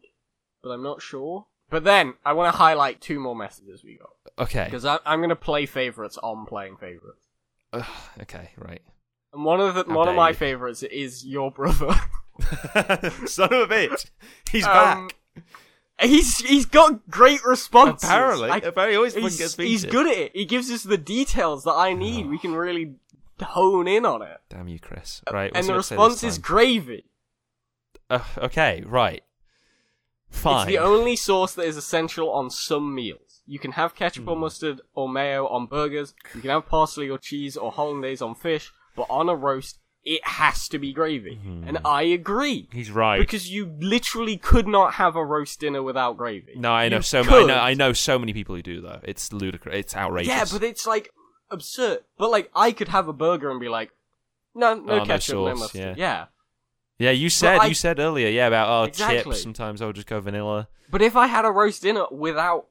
[SPEAKER 1] but I'm not sure. But then I want to highlight two more messages we got
[SPEAKER 2] Okay.
[SPEAKER 1] because I'm going to play favorites on playing favorites.
[SPEAKER 2] Ugh, okay. Right.
[SPEAKER 1] And one of the,
[SPEAKER 2] How
[SPEAKER 1] one
[SPEAKER 2] dare
[SPEAKER 1] of my
[SPEAKER 2] you.
[SPEAKER 1] favorites is your brother.
[SPEAKER 2] Son of a bitch. He's
[SPEAKER 1] Um, He's he's got great responses.
[SPEAKER 2] Apparently,
[SPEAKER 1] oh, I-
[SPEAKER 2] apparently, he always fucking
[SPEAKER 1] he's,
[SPEAKER 2] gets
[SPEAKER 1] he's
[SPEAKER 2] featured.
[SPEAKER 1] good at it. He gives us the details that I need. We can really hone in on it.
[SPEAKER 2] Damn you, Chris. Right.
[SPEAKER 1] and
[SPEAKER 2] what's he
[SPEAKER 1] the
[SPEAKER 2] gonna say this
[SPEAKER 1] response is
[SPEAKER 2] time?
[SPEAKER 1] gravy.
[SPEAKER 2] Uh, okay, right. Fine.
[SPEAKER 1] It's the only sauce that is essential on some meals. You can have ketchup
[SPEAKER 2] Hmm.
[SPEAKER 1] or mustard or mayo on burgers. You can have parsley or cheese or hollandaise on fish, but on a roast, it has to be gravy.
[SPEAKER 2] Hmm.
[SPEAKER 1] And I agree.
[SPEAKER 2] He's right.
[SPEAKER 1] Because you literally could not have a roast dinner without gravy.
[SPEAKER 2] no, I know
[SPEAKER 1] You
[SPEAKER 2] so. Many, I
[SPEAKER 1] could.
[SPEAKER 2] know. I know so many people who do though. It's ludicrous. It's outrageous.
[SPEAKER 1] Yeah, but it's like absurd. But like, I could have a burger and be like, no,
[SPEAKER 2] Oh,
[SPEAKER 1] no
[SPEAKER 2] no
[SPEAKER 1] ketchup, no,
[SPEAKER 2] sauce,
[SPEAKER 1] mustard.
[SPEAKER 2] yeah.
[SPEAKER 1] yeah.
[SPEAKER 2] yeah, you said
[SPEAKER 1] I-
[SPEAKER 2] you said earlier. Yeah, about oh
[SPEAKER 1] Exactly.
[SPEAKER 2] chips. Sometimes I'll just go vanilla.
[SPEAKER 1] But if I had a roast dinner without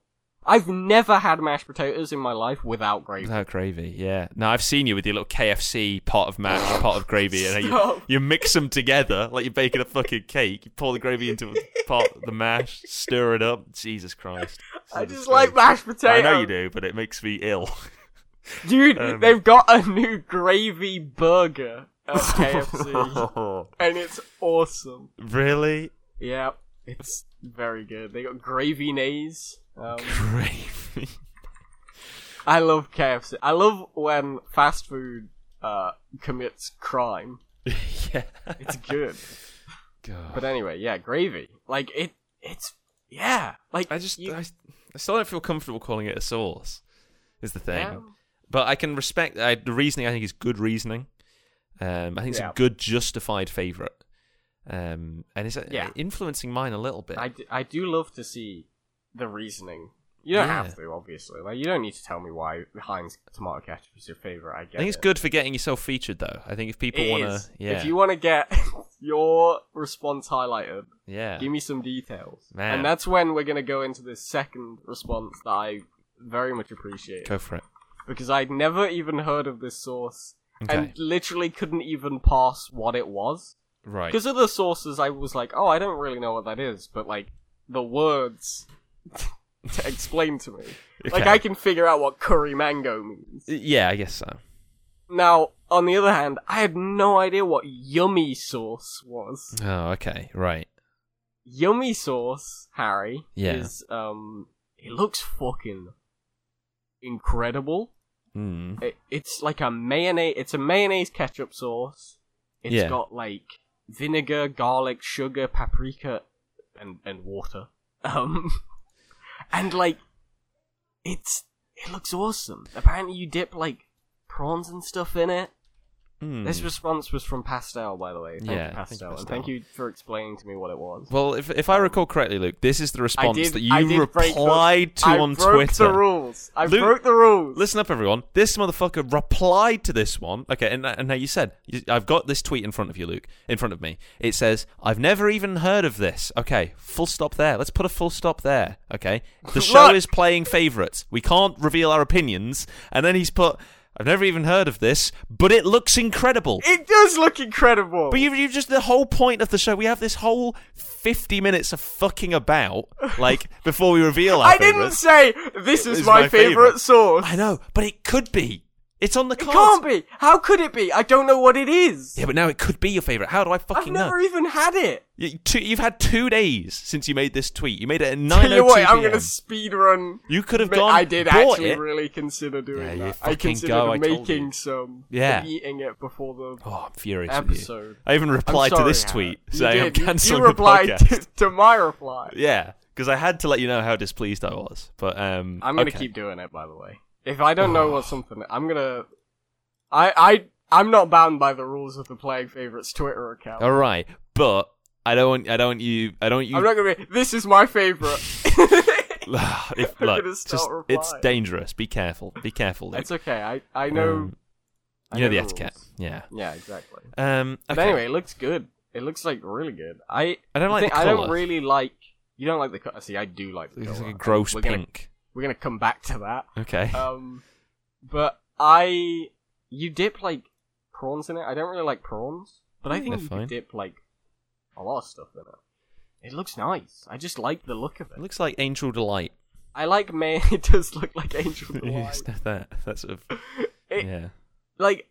[SPEAKER 1] I've never had mashed potatoes in my life without gravy.
[SPEAKER 2] Without gravy, yeah. No, I've seen you with your little KFC pot of mash, pot of gravy, and you,
[SPEAKER 1] Stop.
[SPEAKER 2] you mix them together like you're baking a fucking cake. You pour the gravy into the pot, the mash, stir it up. Jesus Christ! This
[SPEAKER 1] I
[SPEAKER 2] is
[SPEAKER 1] just
[SPEAKER 2] disgrace.
[SPEAKER 1] like mashed
[SPEAKER 2] I
[SPEAKER 1] potatoes.
[SPEAKER 2] know you do, but it makes me ill.
[SPEAKER 1] Dude,
[SPEAKER 2] Um,
[SPEAKER 1] they've got a new gravy burger at KFC. and it's awesome.
[SPEAKER 2] really?
[SPEAKER 1] Yeah, it's very good. They got gravy nays. Um,
[SPEAKER 2] Gravy.
[SPEAKER 1] I love KFC. I love when fast food uh, commits crime.
[SPEAKER 2] yeah.
[SPEAKER 1] It's good.
[SPEAKER 2] God.
[SPEAKER 1] but anyway, yeah, gravy. Like it. It's yeah. Like
[SPEAKER 2] I just,
[SPEAKER 1] you-
[SPEAKER 2] I, I still don't feel comfortable calling it a sauce. Is the thing,
[SPEAKER 1] Yeah.
[SPEAKER 2] but I can respect I, the reasoning. I think is good reasoning. Um, I think it's
[SPEAKER 1] Yeah.
[SPEAKER 2] a good justified favorite. Um, and it's uh,
[SPEAKER 1] Yeah.
[SPEAKER 2] influencing mine a little bit.
[SPEAKER 1] I, d- I do love to see the reasoning. You don't
[SPEAKER 2] Yeah.
[SPEAKER 1] have to, obviously. Like you don't need to tell me why Heinz tomato ketchup is your favorite. I
[SPEAKER 2] I
[SPEAKER 1] get.
[SPEAKER 2] think it's
[SPEAKER 1] it.
[SPEAKER 2] good for getting yourself featured, though. I think if people
[SPEAKER 1] It
[SPEAKER 2] want to,
[SPEAKER 1] is.
[SPEAKER 2] yeah,
[SPEAKER 1] If you want to get your response highlighted,
[SPEAKER 2] yeah,
[SPEAKER 1] give me some details.
[SPEAKER 2] Man.
[SPEAKER 1] And that's when we're gonna go into this second response that I very much appreciate
[SPEAKER 2] go for it.
[SPEAKER 1] because I'd never even heard of this source and
[SPEAKER 2] Okay.
[SPEAKER 1] literally couldn't even pass what it was.
[SPEAKER 2] Right.
[SPEAKER 1] Because other sources, I was like, oh, I don't really know what that is, but like the words to explain to me, like
[SPEAKER 2] Okay.
[SPEAKER 1] I can figure out what curry mango means.
[SPEAKER 2] Yeah, I guess so.
[SPEAKER 1] Now, on the other hand, I had no idea what yummy sauce was.
[SPEAKER 2] Oh, okay, right.
[SPEAKER 1] yummy sauce, Harry.
[SPEAKER 2] Yeah.
[SPEAKER 1] Is um, it looks fucking incredible.
[SPEAKER 2] Mm.
[SPEAKER 1] It, it's like a mayonnaise. It's a mayonnaise ketchup sauce. It's
[SPEAKER 2] Yeah.
[SPEAKER 1] got like vinegar, garlic, sugar, paprika, and and water. Um, and like, it's it looks awesome. Apparently, you dip like prawns and stuff in it.
[SPEAKER 2] Mm.
[SPEAKER 1] This response was from Pastel, by the way. Thank
[SPEAKER 2] Yeah,
[SPEAKER 1] you,
[SPEAKER 2] thank you,
[SPEAKER 1] Pastel, and
[SPEAKER 2] Pastel.
[SPEAKER 1] thank you for explaining to me what it was.
[SPEAKER 2] Well, if if I recall correctly, Luke, this is the
[SPEAKER 1] I
[SPEAKER 2] response
[SPEAKER 1] did,
[SPEAKER 2] that
[SPEAKER 1] I did
[SPEAKER 2] you
[SPEAKER 1] break the-
[SPEAKER 2] replied to
[SPEAKER 1] I
[SPEAKER 2] on
[SPEAKER 1] broke
[SPEAKER 2] Twitter.
[SPEAKER 1] the rules. I
[SPEAKER 2] Luke-
[SPEAKER 1] broke the rules.
[SPEAKER 2] Listen up, everyone. This motherfucker replied to this one. Okay, and and now you said you- I've got this tweet in front of you, Luke. In front of me, it says I've never even heard of this. Okay, full stop there. Let's put a full stop there. Okay, the show
[SPEAKER 1] Look.
[SPEAKER 2] is playing favorites. We can't reveal our opinions. And then he's put I've never even heard of this, but it looks incredible.
[SPEAKER 1] It does look incredible.
[SPEAKER 2] But you, you just the whole point of the show. We have this whole fifty minutes of fucking about, like before we reveal our
[SPEAKER 1] I didn't
[SPEAKER 2] favorites.
[SPEAKER 1] say this is,
[SPEAKER 2] is
[SPEAKER 1] my,
[SPEAKER 2] my
[SPEAKER 1] favorite,
[SPEAKER 2] favorite.
[SPEAKER 1] sauce.
[SPEAKER 2] I know, but it could be. It's on the
[SPEAKER 1] It
[SPEAKER 2] cards.
[SPEAKER 1] can't be. How could it be? I don't know what it is.
[SPEAKER 2] Yeah, but now it could be your favorite. How do I
[SPEAKER 1] I've
[SPEAKER 2] fucking
[SPEAKER 1] never
[SPEAKER 2] know?
[SPEAKER 1] even had it.
[SPEAKER 2] You, two, you've had two days since you made this tweet. You made it at
[SPEAKER 1] Tell
[SPEAKER 2] nine
[SPEAKER 1] you
[SPEAKER 2] oh
[SPEAKER 1] what, I'm
[SPEAKER 2] two
[SPEAKER 1] gonna
[SPEAKER 2] p.m.
[SPEAKER 1] speedrun.
[SPEAKER 2] You could have
[SPEAKER 1] Ma-
[SPEAKER 2] gone.
[SPEAKER 1] I did
[SPEAKER 2] bought
[SPEAKER 1] actually
[SPEAKER 2] it.
[SPEAKER 1] really consider doing
[SPEAKER 2] Yeah, you
[SPEAKER 1] that. I
[SPEAKER 2] fucking
[SPEAKER 1] considered
[SPEAKER 2] go, I told
[SPEAKER 1] making
[SPEAKER 2] you.
[SPEAKER 1] some
[SPEAKER 2] Yeah.
[SPEAKER 1] and eating it before the
[SPEAKER 2] Oh, I'm furious with you.
[SPEAKER 1] episode.
[SPEAKER 2] I even replied
[SPEAKER 1] I'm
[SPEAKER 2] to this
[SPEAKER 1] sorry,
[SPEAKER 2] tweet
[SPEAKER 1] Hannah.
[SPEAKER 2] saying
[SPEAKER 1] you
[SPEAKER 2] I'm
[SPEAKER 1] did. You-
[SPEAKER 2] canceling
[SPEAKER 1] you replied
[SPEAKER 2] the podcast.
[SPEAKER 1] To, to my reply.
[SPEAKER 2] Yeah, because I had to let you know how displeased I was. But um,
[SPEAKER 1] I'm gonna
[SPEAKER 2] okay.
[SPEAKER 1] keep doing it. By the way, if I don't know what something, I'm gonna. I I I'm not bound by the rules of the playing favorites Twitter account.
[SPEAKER 2] All right, but I don't. want- I don't. want You. I don't. want
[SPEAKER 1] I'm
[SPEAKER 2] You.
[SPEAKER 1] not gonna be. This is my favorite.
[SPEAKER 2] if,
[SPEAKER 1] I'm
[SPEAKER 2] look,
[SPEAKER 1] gonna
[SPEAKER 2] just,
[SPEAKER 1] start
[SPEAKER 2] it's
[SPEAKER 1] replying.
[SPEAKER 2] dangerous. Be careful. Be careful. Luke.
[SPEAKER 1] it's okay. I I know.
[SPEAKER 2] Um,
[SPEAKER 1] I
[SPEAKER 2] you know the
[SPEAKER 1] rules.
[SPEAKER 2] etiquette. Yeah.
[SPEAKER 1] Yeah, exactly.
[SPEAKER 2] Um.
[SPEAKER 1] But
[SPEAKER 2] okay.
[SPEAKER 1] anyway, it looks good. It looks like really good. I
[SPEAKER 2] I don't
[SPEAKER 1] the
[SPEAKER 2] like
[SPEAKER 1] thing-
[SPEAKER 2] the
[SPEAKER 1] I don't
[SPEAKER 2] colour.
[SPEAKER 1] really like. You don't like the color. See, I do like the
[SPEAKER 2] it's
[SPEAKER 1] color.
[SPEAKER 2] like a gross
[SPEAKER 1] we're Gonna,
[SPEAKER 2] pink.
[SPEAKER 1] we're gonna come back to that.
[SPEAKER 2] Okay.
[SPEAKER 1] Um, but I, you dip like prawns in it. I don't really like prawns, but I
[SPEAKER 2] Mm,
[SPEAKER 1] think
[SPEAKER 2] they're
[SPEAKER 1] you
[SPEAKER 2] fine.
[SPEAKER 1] could dip like a lot of stuff in it. It looks nice. I just like the look of
[SPEAKER 2] it
[SPEAKER 1] it.
[SPEAKER 2] looks like Angel Delight.
[SPEAKER 1] I like may. It does look like angel delight.
[SPEAKER 2] Stuff that. That sort of.
[SPEAKER 1] It-
[SPEAKER 2] yeah.
[SPEAKER 1] Like,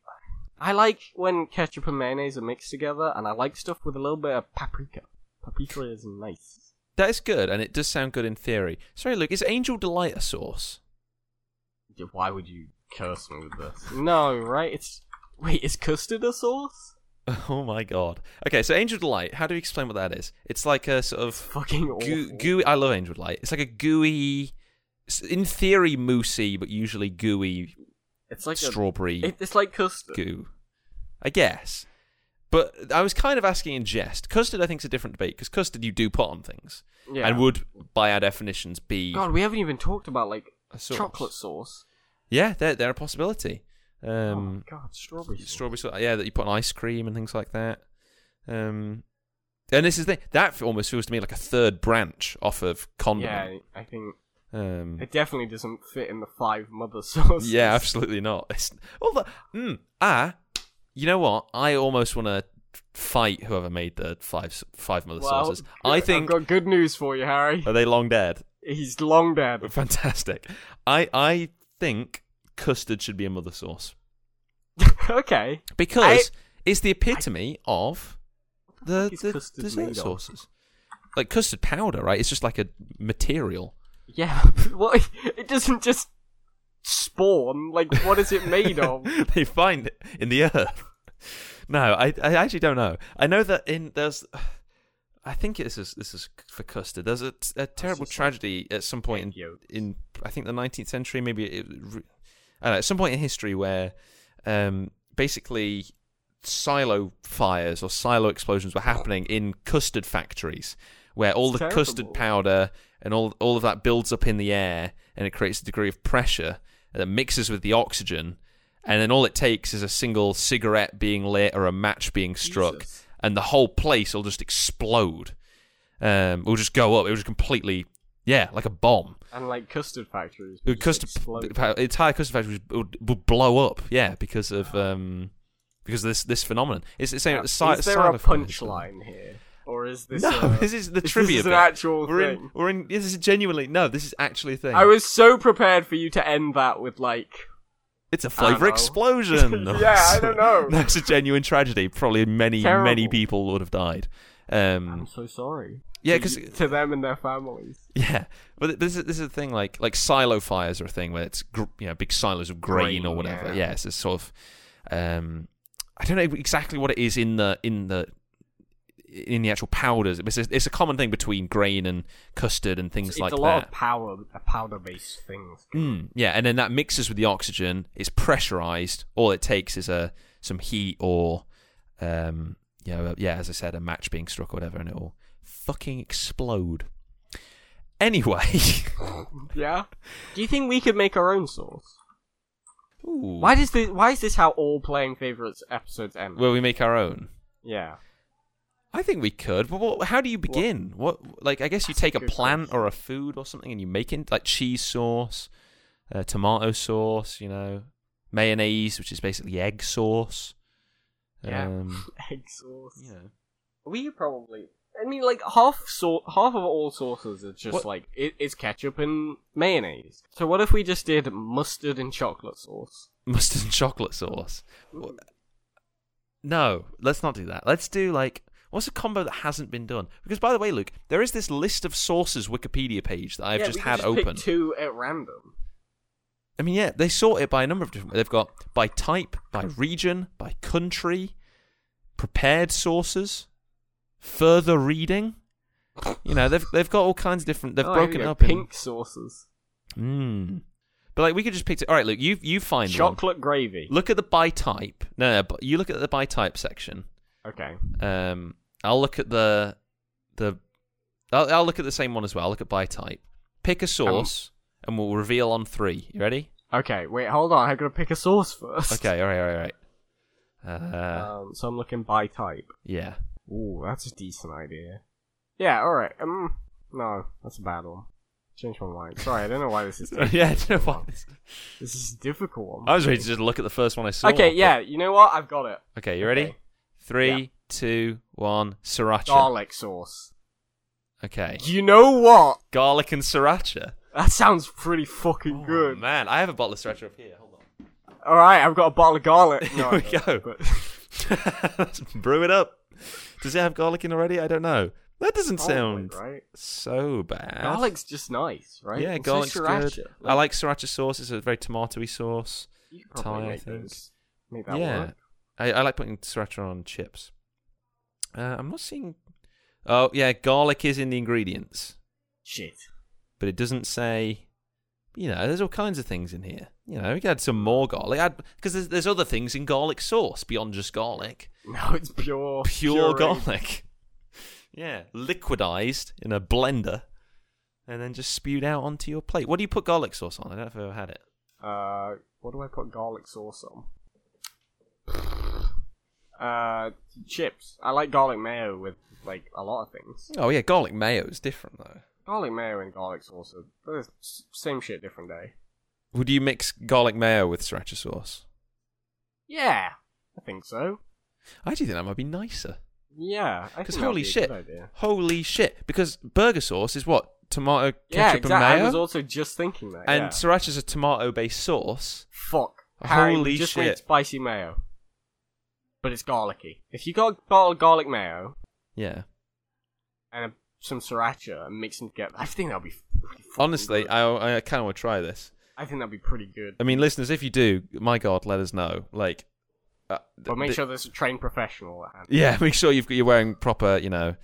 [SPEAKER 1] I like when ketchup and mayonnaise are mixed together, and I like stuff with a little bit of paprika. Paprika is nice.
[SPEAKER 2] That is good, and it does sound good in theory. Sorry, Luke. Is Angel Delight a sauce?
[SPEAKER 1] Yeah, Why would you curse me with this? No, right? It's wait. Is custard a sauce?
[SPEAKER 2] Oh my god. Okay, so Angel Delight. How do you explain what that is? It's like a sort of
[SPEAKER 1] Fucking awful.
[SPEAKER 2] goo- gooey. I love Angel Delight. It's like a gooey, s- in theory moosey, but usually gooey
[SPEAKER 1] it's like a
[SPEAKER 2] strawberry
[SPEAKER 1] It, it's like custard.
[SPEAKER 2] goo. I guess. But I was kind of asking in jest. Custard, I think, is a different debate because custard you do put on things
[SPEAKER 1] Yeah.
[SPEAKER 2] and would, by our definitions, be
[SPEAKER 1] God, we haven't even talked about like
[SPEAKER 2] a sauce.
[SPEAKER 1] chocolate sauce.
[SPEAKER 2] Yeah, they're, they're a possibility. Um,
[SPEAKER 1] oh my God, strawberry. Sauce.
[SPEAKER 2] strawberry sauce. Yeah, that you put on ice cream and things like that. Um, and this is the that almost feels to me like a third branch off of condiment.
[SPEAKER 1] yeah, I think
[SPEAKER 2] Um,
[SPEAKER 1] It definitely doesn't fit in the five mother sauces.
[SPEAKER 2] yeah, absolutely not. It's, all the, mm, ah, you know what? I almost want to fight whoever made the five five mother
[SPEAKER 1] Well,
[SPEAKER 2] sauces. I
[SPEAKER 1] I've
[SPEAKER 2] think Uh,
[SPEAKER 1] got good news for you, Harry.
[SPEAKER 2] are they long dead?
[SPEAKER 1] He's long dead.
[SPEAKER 2] Fantastic. I I think custard should be a mother sauce
[SPEAKER 1] okay.
[SPEAKER 2] because it's the epitome of the,
[SPEAKER 1] fuck is
[SPEAKER 2] the
[SPEAKER 1] custard made
[SPEAKER 2] dessert
[SPEAKER 1] of?
[SPEAKER 2] sauces. Like custard powder, right? It's just like a material.
[SPEAKER 1] Yeah. well, it doesn't just spawn. Like, what is it made of?
[SPEAKER 2] they find it in the earth. No, I, I actually don't know. I know that in there's, I think this is this is for custard. There's a, a terrible
[SPEAKER 1] just like
[SPEAKER 2] tragedy at some point
[SPEAKER 1] egg yolk.
[SPEAKER 2] in, in I think the 19th century, maybe it, re- I don't know, at some point in history where um, basically silo fires or silo explosions were happening in custard factories where all the
[SPEAKER 1] It's
[SPEAKER 2] custard
[SPEAKER 1] terrible.
[SPEAKER 2] powder and all all of that builds up in the air and it creates a degree of pressure that mixes with the oxygen and then all it takes is a single cigarette being lit or a match being struck
[SPEAKER 1] Jesus.
[SPEAKER 2] and the whole place will just explode um it will just go up it will just completely yeah like a bomb
[SPEAKER 1] And like custard factories.
[SPEAKER 2] The
[SPEAKER 1] which
[SPEAKER 2] custard
[SPEAKER 1] explode.
[SPEAKER 2] the entire custard factory would, would blow up yeah because of um because of this this phenomenon it's the same si-
[SPEAKER 1] is there
[SPEAKER 2] silo
[SPEAKER 1] a
[SPEAKER 2] phenomenon.
[SPEAKER 1] punchline here, or is this?
[SPEAKER 2] no
[SPEAKER 1] a-
[SPEAKER 2] this is the
[SPEAKER 1] this
[SPEAKER 2] trivia
[SPEAKER 1] is an
[SPEAKER 2] bit.
[SPEAKER 1] actual
[SPEAKER 2] we're
[SPEAKER 1] thing.
[SPEAKER 2] in we're in this is genuinely no this is actually a thing
[SPEAKER 1] I was so prepared for you to end that with like.
[SPEAKER 2] It's a
[SPEAKER 1] don't
[SPEAKER 2] flavor
[SPEAKER 1] know.
[SPEAKER 2] explosion.
[SPEAKER 1] Yeah, I don't know.
[SPEAKER 2] That's a genuine tragedy. Probably many,
[SPEAKER 1] Terrible.
[SPEAKER 2] many people would have died. Um,
[SPEAKER 1] so sorry.
[SPEAKER 2] yeah, because
[SPEAKER 1] to them and their families.
[SPEAKER 2] yeah, but this is this is the thing. Like like silo fires are a thing where it's gr- you know big silos of grain,
[SPEAKER 1] Grain,
[SPEAKER 2] or whatever.
[SPEAKER 1] yeah.
[SPEAKER 2] Yeah. it's a sort of um, I don't know exactly what it is in the in the in the actual powders. It's a, it's a common thing between grain and custard and things
[SPEAKER 1] It's,
[SPEAKER 2] like
[SPEAKER 1] a
[SPEAKER 2] that.
[SPEAKER 1] lot of power, powder-based things.
[SPEAKER 2] Mm, yeah, and then that mixes with the oxygen. It's pressurized. All it takes is a some heat or, um, you know, yeah, as I said, a match being struck or whatever, and it'll fucking explode. Anyway,
[SPEAKER 1] Yeah. Do you think we could make our own sauce?
[SPEAKER 2] Ooh.
[SPEAKER 1] Why does this? Why is this how all playing favorites episodes end?
[SPEAKER 2] Will we make our own?
[SPEAKER 1] yeah.
[SPEAKER 2] I think we could. But what, how do you begin? What? like I guess you take a
[SPEAKER 1] good
[SPEAKER 2] plant or a food or something and you make it like cheese sauce, uh, tomato sauce, you know, mayonnaise, which is basically egg sauce.
[SPEAKER 1] Yeah.
[SPEAKER 2] Um,
[SPEAKER 1] Egg sauce.
[SPEAKER 2] you know.
[SPEAKER 1] We could probably. I mean, like half sau half of all sauces are just
[SPEAKER 2] What-
[SPEAKER 1] like it, it's ketchup and mayonnaise. So what if we just did mustard and chocolate sauce?
[SPEAKER 2] mustard and chocolate sauce. Wha- No, let's not do that. Let's do like what's a combo that hasn't been done? Because by the way, Luke, there is this list of sauces Wikipedia page that I've
[SPEAKER 1] Yeah,
[SPEAKER 2] just
[SPEAKER 1] we could
[SPEAKER 2] had
[SPEAKER 1] pick
[SPEAKER 2] open.
[SPEAKER 1] two at random.
[SPEAKER 2] I mean, yeah, they sort it by a number of different. They've got by type, by region, by country, prepared sauces, further reading. You know, they've they've got all kinds of different. They've
[SPEAKER 1] Oh, here we
[SPEAKER 2] broken it
[SPEAKER 1] go,
[SPEAKER 2] up.
[SPEAKER 1] Pink sauces,
[SPEAKER 2] In, mm. But like, we could just pick. It. All right, Luke, you you find one.
[SPEAKER 1] chocolate gravy.
[SPEAKER 2] Look at the by type. No, no, but you look at the by type section.
[SPEAKER 1] Okay.
[SPEAKER 2] Um, I'll look at the the. I'll, I'll look at the same one as well. I'll look at by type. Pick a source, and we'll reveal on three. You ready?
[SPEAKER 1] Okay. Wait, hold on. I'm gonna pick a sauce first.
[SPEAKER 2] Okay. All right. All right. All right. Uh,
[SPEAKER 1] Um, so I'm looking by type.
[SPEAKER 2] yeah.
[SPEAKER 1] Ooh, that's a decent idea. Yeah. All right. Um. No, that's a bad one. Change my mind. Sorry, I don't know why this is. taking
[SPEAKER 2] yeah. I
[SPEAKER 1] so
[SPEAKER 2] don't know why
[SPEAKER 1] long.
[SPEAKER 2] this-
[SPEAKER 1] This is a difficult one.
[SPEAKER 2] I was ready to just look at the first one I saw.
[SPEAKER 1] okay.
[SPEAKER 2] but-
[SPEAKER 1] Yeah. You know what? I've got it.
[SPEAKER 2] Okay. You ready?
[SPEAKER 1] Okay.
[SPEAKER 2] Three, two, one. Sriracha.
[SPEAKER 1] Garlic sauce.
[SPEAKER 2] Okay.
[SPEAKER 1] You know what?
[SPEAKER 2] Garlic and sriracha.
[SPEAKER 1] That sounds pretty fucking
[SPEAKER 2] Oh,
[SPEAKER 1] good.
[SPEAKER 2] man, I have a bottle of sriracha up here. Hold on.
[SPEAKER 1] All right, I've got a bottle of garlic. No,
[SPEAKER 2] Here
[SPEAKER 1] I
[SPEAKER 2] we
[SPEAKER 1] don't,
[SPEAKER 2] go.
[SPEAKER 1] but-
[SPEAKER 2] Let's brew it up. Does it have garlic in already? I don't know. That doesn't sound
[SPEAKER 1] Garlic, right.
[SPEAKER 2] so bad.
[SPEAKER 1] Garlic's just nice, right?
[SPEAKER 2] Yeah,
[SPEAKER 1] And so
[SPEAKER 2] garlic's
[SPEAKER 1] sriracha.
[SPEAKER 2] good. I like sriracha sauce. It's a very tomatoey sauce.
[SPEAKER 1] You could
[SPEAKER 2] Thai,
[SPEAKER 1] probably
[SPEAKER 2] I
[SPEAKER 1] make
[SPEAKER 2] think.
[SPEAKER 1] those. Make that
[SPEAKER 2] yeah,
[SPEAKER 1] work.
[SPEAKER 2] I, I like putting sriracha on chips. Uh, I'm not seeing. Oh yeah, garlic is in the ingredients,
[SPEAKER 1] Shit.
[SPEAKER 2] but it doesn't say. You know, there's all kinds of things in here. You know, we could add some more garlic because there's, there's other things in garlic sauce beyond just garlic.
[SPEAKER 1] No, it's pure.
[SPEAKER 2] pure
[SPEAKER 1] pureed.
[SPEAKER 2] garlic. Yeah, liquidized in a blender and then just spewed out onto your plate. What do you put garlic sauce on? I don't know if I've ever had it.
[SPEAKER 1] Uh, what do I put garlic sauce on? Uh, chips. I like garlic mayo with like a lot of things.
[SPEAKER 2] Oh yeah, garlic mayo is different though.
[SPEAKER 1] Garlic mayo and garlic sauce are they're the s- same shit, different day.
[SPEAKER 2] Would you mix garlic mayo with sriracha sauce?
[SPEAKER 1] Yeah, I think so.
[SPEAKER 2] I do think that might be nicer.
[SPEAKER 1] Yeah, I think
[SPEAKER 2] Because
[SPEAKER 1] that'd
[SPEAKER 2] holy
[SPEAKER 1] be a
[SPEAKER 2] shit,
[SPEAKER 1] good idea.
[SPEAKER 2] holy shit. Because burger sauce is what tomato, ketchup,
[SPEAKER 1] yeah, exactly.
[SPEAKER 2] and
[SPEAKER 1] I
[SPEAKER 2] mayo,
[SPEAKER 1] was also just thinking that.
[SPEAKER 2] and
[SPEAKER 1] yeah.
[SPEAKER 2] sriracha's a tomato-based sauce.
[SPEAKER 1] Fuck. Harry, we
[SPEAKER 2] Holy
[SPEAKER 1] just
[SPEAKER 2] shit.
[SPEAKER 1] made spicy mayo. But it's garlicky. If you got bottle of garlic mayo
[SPEAKER 2] Yeah.
[SPEAKER 1] and a, some sriracha and mix them together, I think that'll be. pretty fucking
[SPEAKER 2] Honestly,
[SPEAKER 1] good.
[SPEAKER 2] I I kind of want to try this.
[SPEAKER 1] I think that'll be pretty good.
[SPEAKER 2] I mean, listeners, if you do, my God, let us know. Like, uh, th-
[SPEAKER 1] But make
[SPEAKER 2] th-
[SPEAKER 1] sure there's a trained professional at hand.
[SPEAKER 2] Yeah, make sure you've got, you're wearing proper, you know,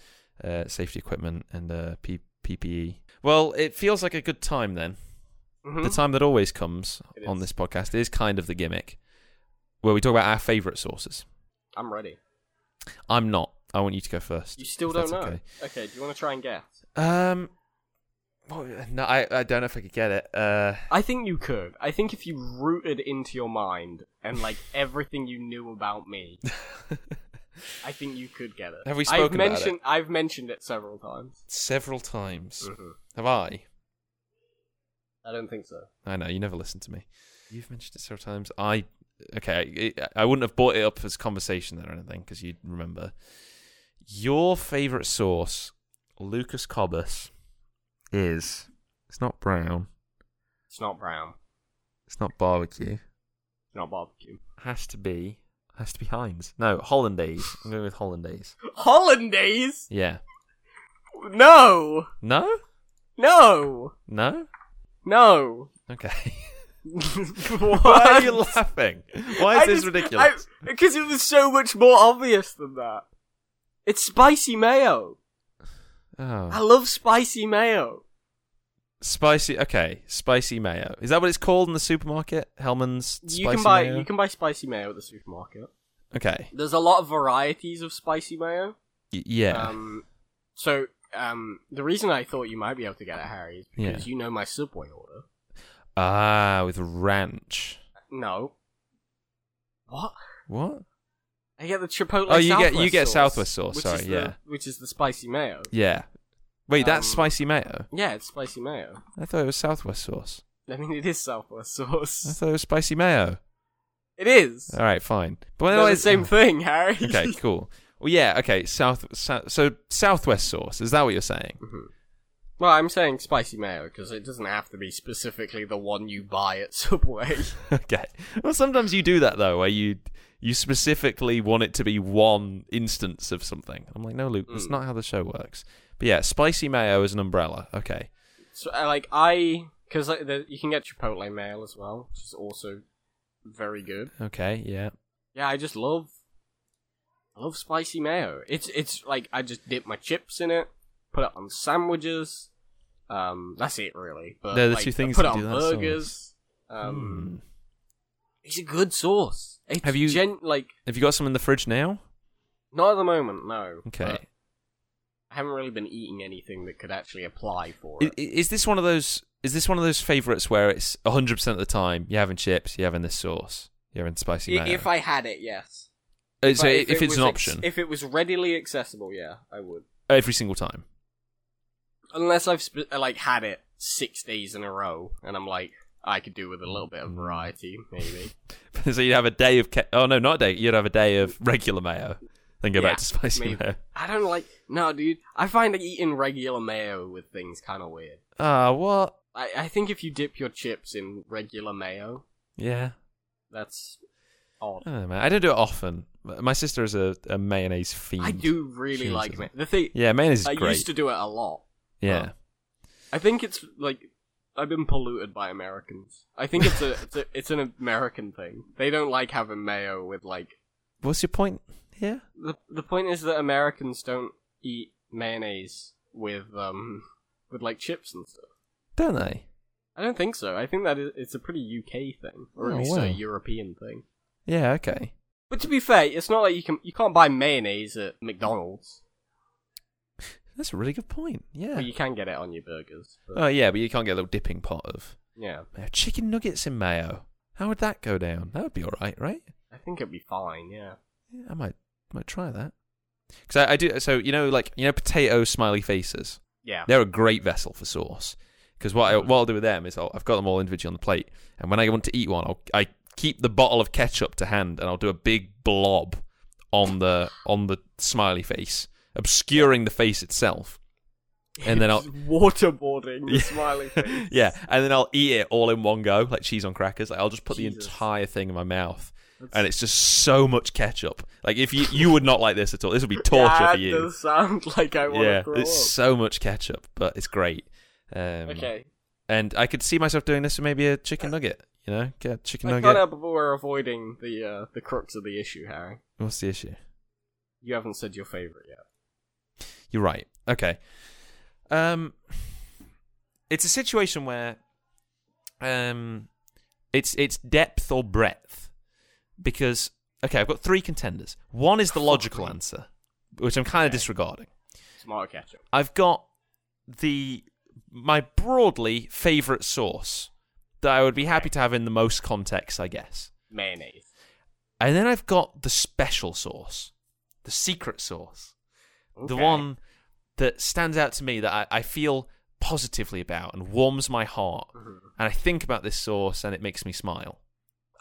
[SPEAKER 2] uh, safety equipment and uh, P- PPE. Well, it feels like a good time then.
[SPEAKER 1] Mhm.
[SPEAKER 2] The time that always comes
[SPEAKER 1] It
[SPEAKER 2] on
[SPEAKER 1] is.
[SPEAKER 2] this podcast is kind of the gimmick, where we talk about our favourite sauces.
[SPEAKER 1] I'm ready.
[SPEAKER 2] I'm not. I want you to go first.
[SPEAKER 1] You still
[SPEAKER 2] if
[SPEAKER 1] don't
[SPEAKER 2] that's
[SPEAKER 1] know.
[SPEAKER 2] okay.
[SPEAKER 1] Okay. do you want to try and guess?
[SPEAKER 2] Um. well, no, I, I don't know if I could get it. Uh,
[SPEAKER 1] I think you could. I think if you rooted into your mind and like everything you knew about me, I think you could get it.
[SPEAKER 2] Have we spoken
[SPEAKER 1] I've
[SPEAKER 2] about it?
[SPEAKER 1] mentioned, I've mentioned it several times.
[SPEAKER 2] several times
[SPEAKER 1] Mhm.
[SPEAKER 2] have I.
[SPEAKER 1] I don't think so.
[SPEAKER 2] I know you never listen to me. You've mentioned it several times. I okay. I, I wouldn't have brought it up as conversation then or anything because you'd remember. Your favorite sauce, Lucas Cobbus, is it's not brown.
[SPEAKER 1] It's not brown.
[SPEAKER 2] It's not barbecue.
[SPEAKER 1] It's not barbecue.
[SPEAKER 2] Has to be has to be Heinz. No hollandaise. I'm going with hollandaise.
[SPEAKER 1] Hollandaise?
[SPEAKER 2] Yeah.
[SPEAKER 1] No!
[SPEAKER 2] No.
[SPEAKER 1] No!
[SPEAKER 2] No.
[SPEAKER 1] No!
[SPEAKER 2] Okay.
[SPEAKER 1] what?
[SPEAKER 2] Why are you laughing? Why is
[SPEAKER 1] I
[SPEAKER 2] this
[SPEAKER 1] just-
[SPEAKER 2] ridiculous?
[SPEAKER 1] I- Because it was so much more obvious than that. It's spicy mayo. I
[SPEAKER 2] Oh.
[SPEAKER 1] love spicy mayo.
[SPEAKER 2] Spicy. Okay. Spicy mayo. Is that what it's called in the supermarket? Hellman's spicy
[SPEAKER 1] you can buy
[SPEAKER 2] mayo.
[SPEAKER 1] you can buy spicy mayo at the supermarket.
[SPEAKER 2] Okay.
[SPEAKER 1] There's a lot of varieties of spicy mayo.
[SPEAKER 2] Y- yeah.
[SPEAKER 1] Um, so um, the reason I thought you might be able to get it, Harry, is because you know my Subway order.
[SPEAKER 2] ah, with ranch.
[SPEAKER 1] No. What?
[SPEAKER 2] What?
[SPEAKER 1] I get the Chipotle.
[SPEAKER 2] Oh, you get-
[SPEAKER 1] Southwest
[SPEAKER 2] you get
[SPEAKER 1] sauce,
[SPEAKER 2] Southwest sauce,
[SPEAKER 1] which
[SPEAKER 2] sorry,
[SPEAKER 1] is the-
[SPEAKER 2] yeah.
[SPEAKER 1] which is the spicy mayo.
[SPEAKER 2] Yeah. Wait, that's
[SPEAKER 1] Um,
[SPEAKER 2] spicy mayo.
[SPEAKER 1] Yeah, it's spicy mayo.
[SPEAKER 2] I thought it was Southwest sauce.
[SPEAKER 1] I mean, it is Southwest
[SPEAKER 2] I
[SPEAKER 1] sauce.
[SPEAKER 2] thought it was spicy mayo.
[SPEAKER 1] It is.
[SPEAKER 2] All right, fine. But
[SPEAKER 1] They're the
[SPEAKER 2] otherwise-
[SPEAKER 1] same thing, Harry.
[SPEAKER 2] Uh, Okay, cool. Well, yeah. Okay, south. So, so Southwest sauce. Is that what you're saying?
[SPEAKER 1] Mhm. Well, I'm saying spicy mayo because it doesn't have to be specifically the one you buy at Subway.
[SPEAKER 2] okay. Well, sometimes you do that though, where you you specifically want it to be one instance of something. I'm like, no, Luke, that's
[SPEAKER 1] Mm.
[SPEAKER 2] not how the show works. But yeah, spicy mayo is an umbrella. Okay.
[SPEAKER 1] So, uh, like, I because like, the, you can get Chipotle mayo as well, which is also very good.
[SPEAKER 2] Okay. Yeah.
[SPEAKER 1] Yeah, I just love, I love spicy mayo. It's it's like I just dip my chips in it, put it on sandwiches. Um, that's it really. But
[SPEAKER 2] They're the
[SPEAKER 1] like,
[SPEAKER 2] two things
[SPEAKER 1] I put
[SPEAKER 2] that
[SPEAKER 1] it on
[SPEAKER 2] do that sauce.
[SPEAKER 1] burgers. Um,
[SPEAKER 2] Hmm.
[SPEAKER 1] it's a good sauce. It's
[SPEAKER 2] Have you-
[SPEAKER 1] gen- like
[SPEAKER 2] Have you got some in the fridge now?
[SPEAKER 1] not at the moment? No.
[SPEAKER 2] Okay.
[SPEAKER 1] but I haven't really been eating anything that could actually apply for
[SPEAKER 2] I-
[SPEAKER 1] it.
[SPEAKER 2] i- Is this one of those? Is this one of those favorites where it's 100 percent of the time you're having chips, you're having this sauce, you're having spicy
[SPEAKER 1] I-
[SPEAKER 2] mayo?
[SPEAKER 1] if I had it, yes.
[SPEAKER 2] Uh, so
[SPEAKER 1] But
[SPEAKER 2] if, it's
[SPEAKER 1] was
[SPEAKER 2] an
[SPEAKER 1] ex-
[SPEAKER 2] option,
[SPEAKER 1] if it was readily accessible, yeah, I would.
[SPEAKER 2] every single time.
[SPEAKER 1] Unless I've sp- like had it six days in a row, and I'm like, I could do with a little bit of variety, maybe.
[SPEAKER 2] so you'd have a day of ke- oh no, not a day. You'd have a day of regular mayo, then go
[SPEAKER 1] Yeah,
[SPEAKER 2] back to spicy
[SPEAKER 1] maybe.
[SPEAKER 2] mayo.
[SPEAKER 1] I don't like. No, dude, I find that eating regular mayo with things kind of weird.
[SPEAKER 2] Ah, what?
[SPEAKER 1] I I think if you dip your chips in regular mayo,
[SPEAKER 2] Yeah,
[SPEAKER 1] that's odd.
[SPEAKER 2] I don't, know, man. I don't do it often. M- My sister is a, a mayonnaise fiend.
[SPEAKER 1] I do really
[SPEAKER 2] Jesus.
[SPEAKER 1] like ma- the thing.
[SPEAKER 2] Yeah, mayonnaise is
[SPEAKER 1] I
[SPEAKER 2] great.
[SPEAKER 1] used to do it a lot.
[SPEAKER 2] yeah,
[SPEAKER 1] Oh. I think it's like I've been polluted by Americans. I think it's a it's, a, it's an American thing. They don't like having mayo with like
[SPEAKER 2] what's your point? Yeah,
[SPEAKER 1] the the point is that Americans don't eat mayonnaise with um with like chips and stuff.
[SPEAKER 2] don't they?
[SPEAKER 1] I don't think so. I think that is, it's a pretty UK thing, or at
[SPEAKER 2] Oh,
[SPEAKER 1] least
[SPEAKER 2] wow.
[SPEAKER 1] a European thing.
[SPEAKER 2] Yeah, okay.
[SPEAKER 1] But to be fair, it's not like you can you can't buy mayonnaise at McDonald's,
[SPEAKER 2] That's a really good point. Yeah.
[SPEAKER 1] but you can get it on your burgers. But,
[SPEAKER 2] Oh yeah, but you can't get a little dipping pot of
[SPEAKER 1] yeah,
[SPEAKER 2] mayo. chicken nuggets in mayo. How would that go down? That would be all right, right?
[SPEAKER 1] I think it'd be fine. Yeah.
[SPEAKER 2] Yeah, I might might try that. Because I, I do. So you know, like you know, potato smiley faces.
[SPEAKER 1] Yeah.
[SPEAKER 2] They're a great vessel for sauce because what I, what I'll do with them is I'll, I've got them all individually on the plate, and when I want to eat one, I'll, I keep the bottle of ketchup to hand, and I'll do a big blob on the on the smiley face, obscuring the face itself, and then I'll
[SPEAKER 1] Just waterboarding the
[SPEAKER 2] Yeah.
[SPEAKER 1] smiley face.
[SPEAKER 2] yeah, and then I'll eat it all in one go, like cheese on crackers. Like I'll just put the
[SPEAKER 1] Jesus.
[SPEAKER 2] entire thing in my mouth. And it's just so much ketchup. Like if you you would not like this at all. This would be torture
[SPEAKER 1] that
[SPEAKER 2] for you.
[SPEAKER 1] does sound like I want
[SPEAKER 2] yeah,
[SPEAKER 1] to grow
[SPEAKER 2] it's
[SPEAKER 1] up.
[SPEAKER 2] so much ketchup, but it's great. Um,
[SPEAKER 1] Okay.
[SPEAKER 2] and I could see myself doing this with maybe a chicken nugget. You know, get a chicken
[SPEAKER 1] I
[SPEAKER 2] nugget.
[SPEAKER 1] can't help but we're avoiding the uh, the crux of the issue, Harry.
[SPEAKER 2] What's the issue?
[SPEAKER 1] You haven't said your favorite yet.
[SPEAKER 2] You're right. Okay. Um, it's a situation where, um, it's it's depth or breadth, because okay, I've got three contenders. One is the logical answer, which I'm kind of disregarding.
[SPEAKER 1] Smart ketchup.
[SPEAKER 2] I've got the my broadly favorite sauce that I would be happy to have in the most context, I guess.
[SPEAKER 1] Mayonnaise.
[SPEAKER 2] And then I've got the special sauce, the secret sauce, the
[SPEAKER 1] Okay.
[SPEAKER 2] one that stands out to me that I, I feel positively about and warms my heart.
[SPEAKER 1] Mm-hmm.
[SPEAKER 2] And I think about this sauce and it makes me smile.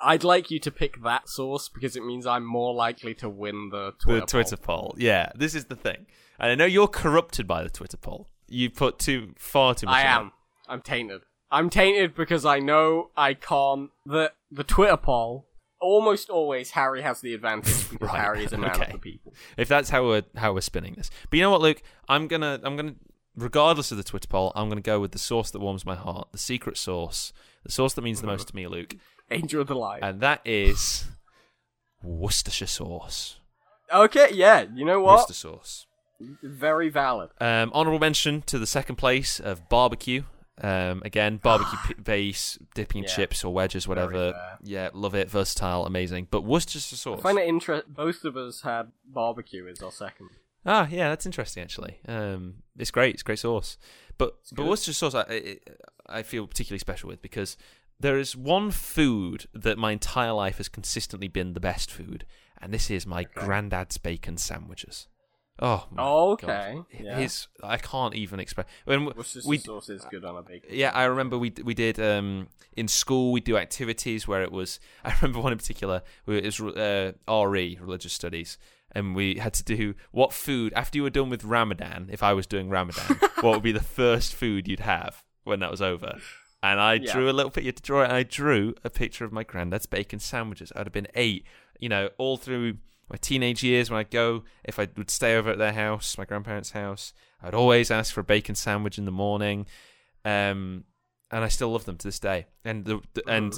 [SPEAKER 1] I'd like you to pick that source because it means I'm more likely to win the Twitter.
[SPEAKER 2] the Twitter poll. Yeah, this is the thing. And I know you're corrupted by the Twitter poll. You put too far too
[SPEAKER 1] poll.
[SPEAKER 2] much.
[SPEAKER 1] I
[SPEAKER 2] in
[SPEAKER 1] am. I'm tainted. I'm tainted because I know I can't. The the Twitter poll almost always Harry has the advantage because
[SPEAKER 2] Right.
[SPEAKER 1] Harry is a man
[SPEAKER 2] Okay.
[SPEAKER 1] of the people.
[SPEAKER 2] if that's how we're how we're spinning this. But you know what, Luke? I'm gonna I'm gonna regardless of the Twitter poll, I'm gonna go with the sauce that warms my heart, the secret sauce, the sauce that
[SPEAKER 1] Mm-hmm.
[SPEAKER 2] means the most to me, Luke,
[SPEAKER 1] Angel of the Light.
[SPEAKER 2] and that is Worcestershire sauce.
[SPEAKER 1] okay, yeah. You know what?
[SPEAKER 2] Worcester sauce.
[SPEAKER 1] Very valid.
[SPEAKER 2] Um, honorable mention to the second place of barbecue. Um, again, barbecue p- base, dipping in
[SPEAKER 1] Yeah.
[SPEAKER 2] chips or wedges, whatever.
[SPEAKER 1] fair.
[SPEAKER 2] Yeah, love it. Versatile, amazing. But Worcestershire sauce.
[SPEAKER 1] I find it interesting. Both of us had barbecue as our second.
[SPEAKER 2] Ah, yeah, that's interesting actually. Um, it's great. It's great sauce, but but
[SPEAKER 1] good.
[SPEAKER 2] Worcestershire sauce I, I I feel particularly special with because there is one food that my entire life has consistently been the best food, and this is my granddad's bacon sandwiches. Oh, my
[SPEAKER 1] Oh,
[SPEAKER 2] God.
[SPEAKER 1] okay. Yeah.
[SPEAKER 2] His I can't even express when we-
[SPEAKER 1] Worcestershire
[SPEAKER 2] we
[SPEAKER 1] sauce is good on a bacon.
[SPEAKER 2] yeah, I remember we we did um, in school we do activities where it was. I remember one in particular. where It was uh, RE religious studies, and we had to do what food after you were done with Ramadan. If I was doing Ramadan, what would be the first food you'd have when that was over? And I
[SPEAKER 1] Yeah.
[SPEAKER 2] drew a little picture to draw it. And I drew a picture of my granddad's bacon sandwiches. I'd have been eight, you know, all through my teenage years when I'd go, if I would stay over at their house, my grandparents' house, I'd always ask for a bacon sandwich in the morning um, and I still love them to this day. And the, the and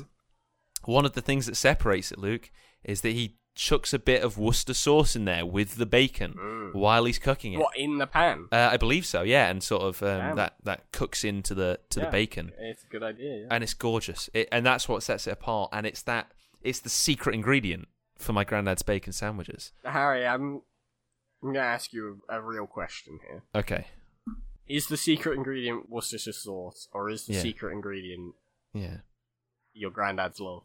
[SPEAKER 2] one of the things that separates it, Luke, is that he chucks a bit of Worcester sauce in there with the bacon while he's cooking it.
[SPEAKER 1] What in the pan?
[SPEAKER 2] Uh, I believe so, yeah, and sort of um,
[SPEAKER 1] Damn.
[SPEAKER 2] that that cooks into the to
[SPEAKER 1] Yeah,
[SPEAKER 2] the bacon,
[SPEAKER 1] It's a good idea. Yeah.
[SPEAKER 2] and it's gorgeous, it, and that's what sets it apart. And it's that it's the secret ingredient for my granddad's bacon sandwiches.
[SPEAKER 1] Harry, I'm, I'm gonna ask you a, a real question here.
[SPEAKER 2] Okay,
[SPEAKER 1] Is the secret ingredient Worcestershire sauce, or is the
[SPEAKER 2] Yeah.
[SPEAKER 1] secret ingredient
[SPEAKER 2] yeah.
[SPEAKER 1] your granddad's love?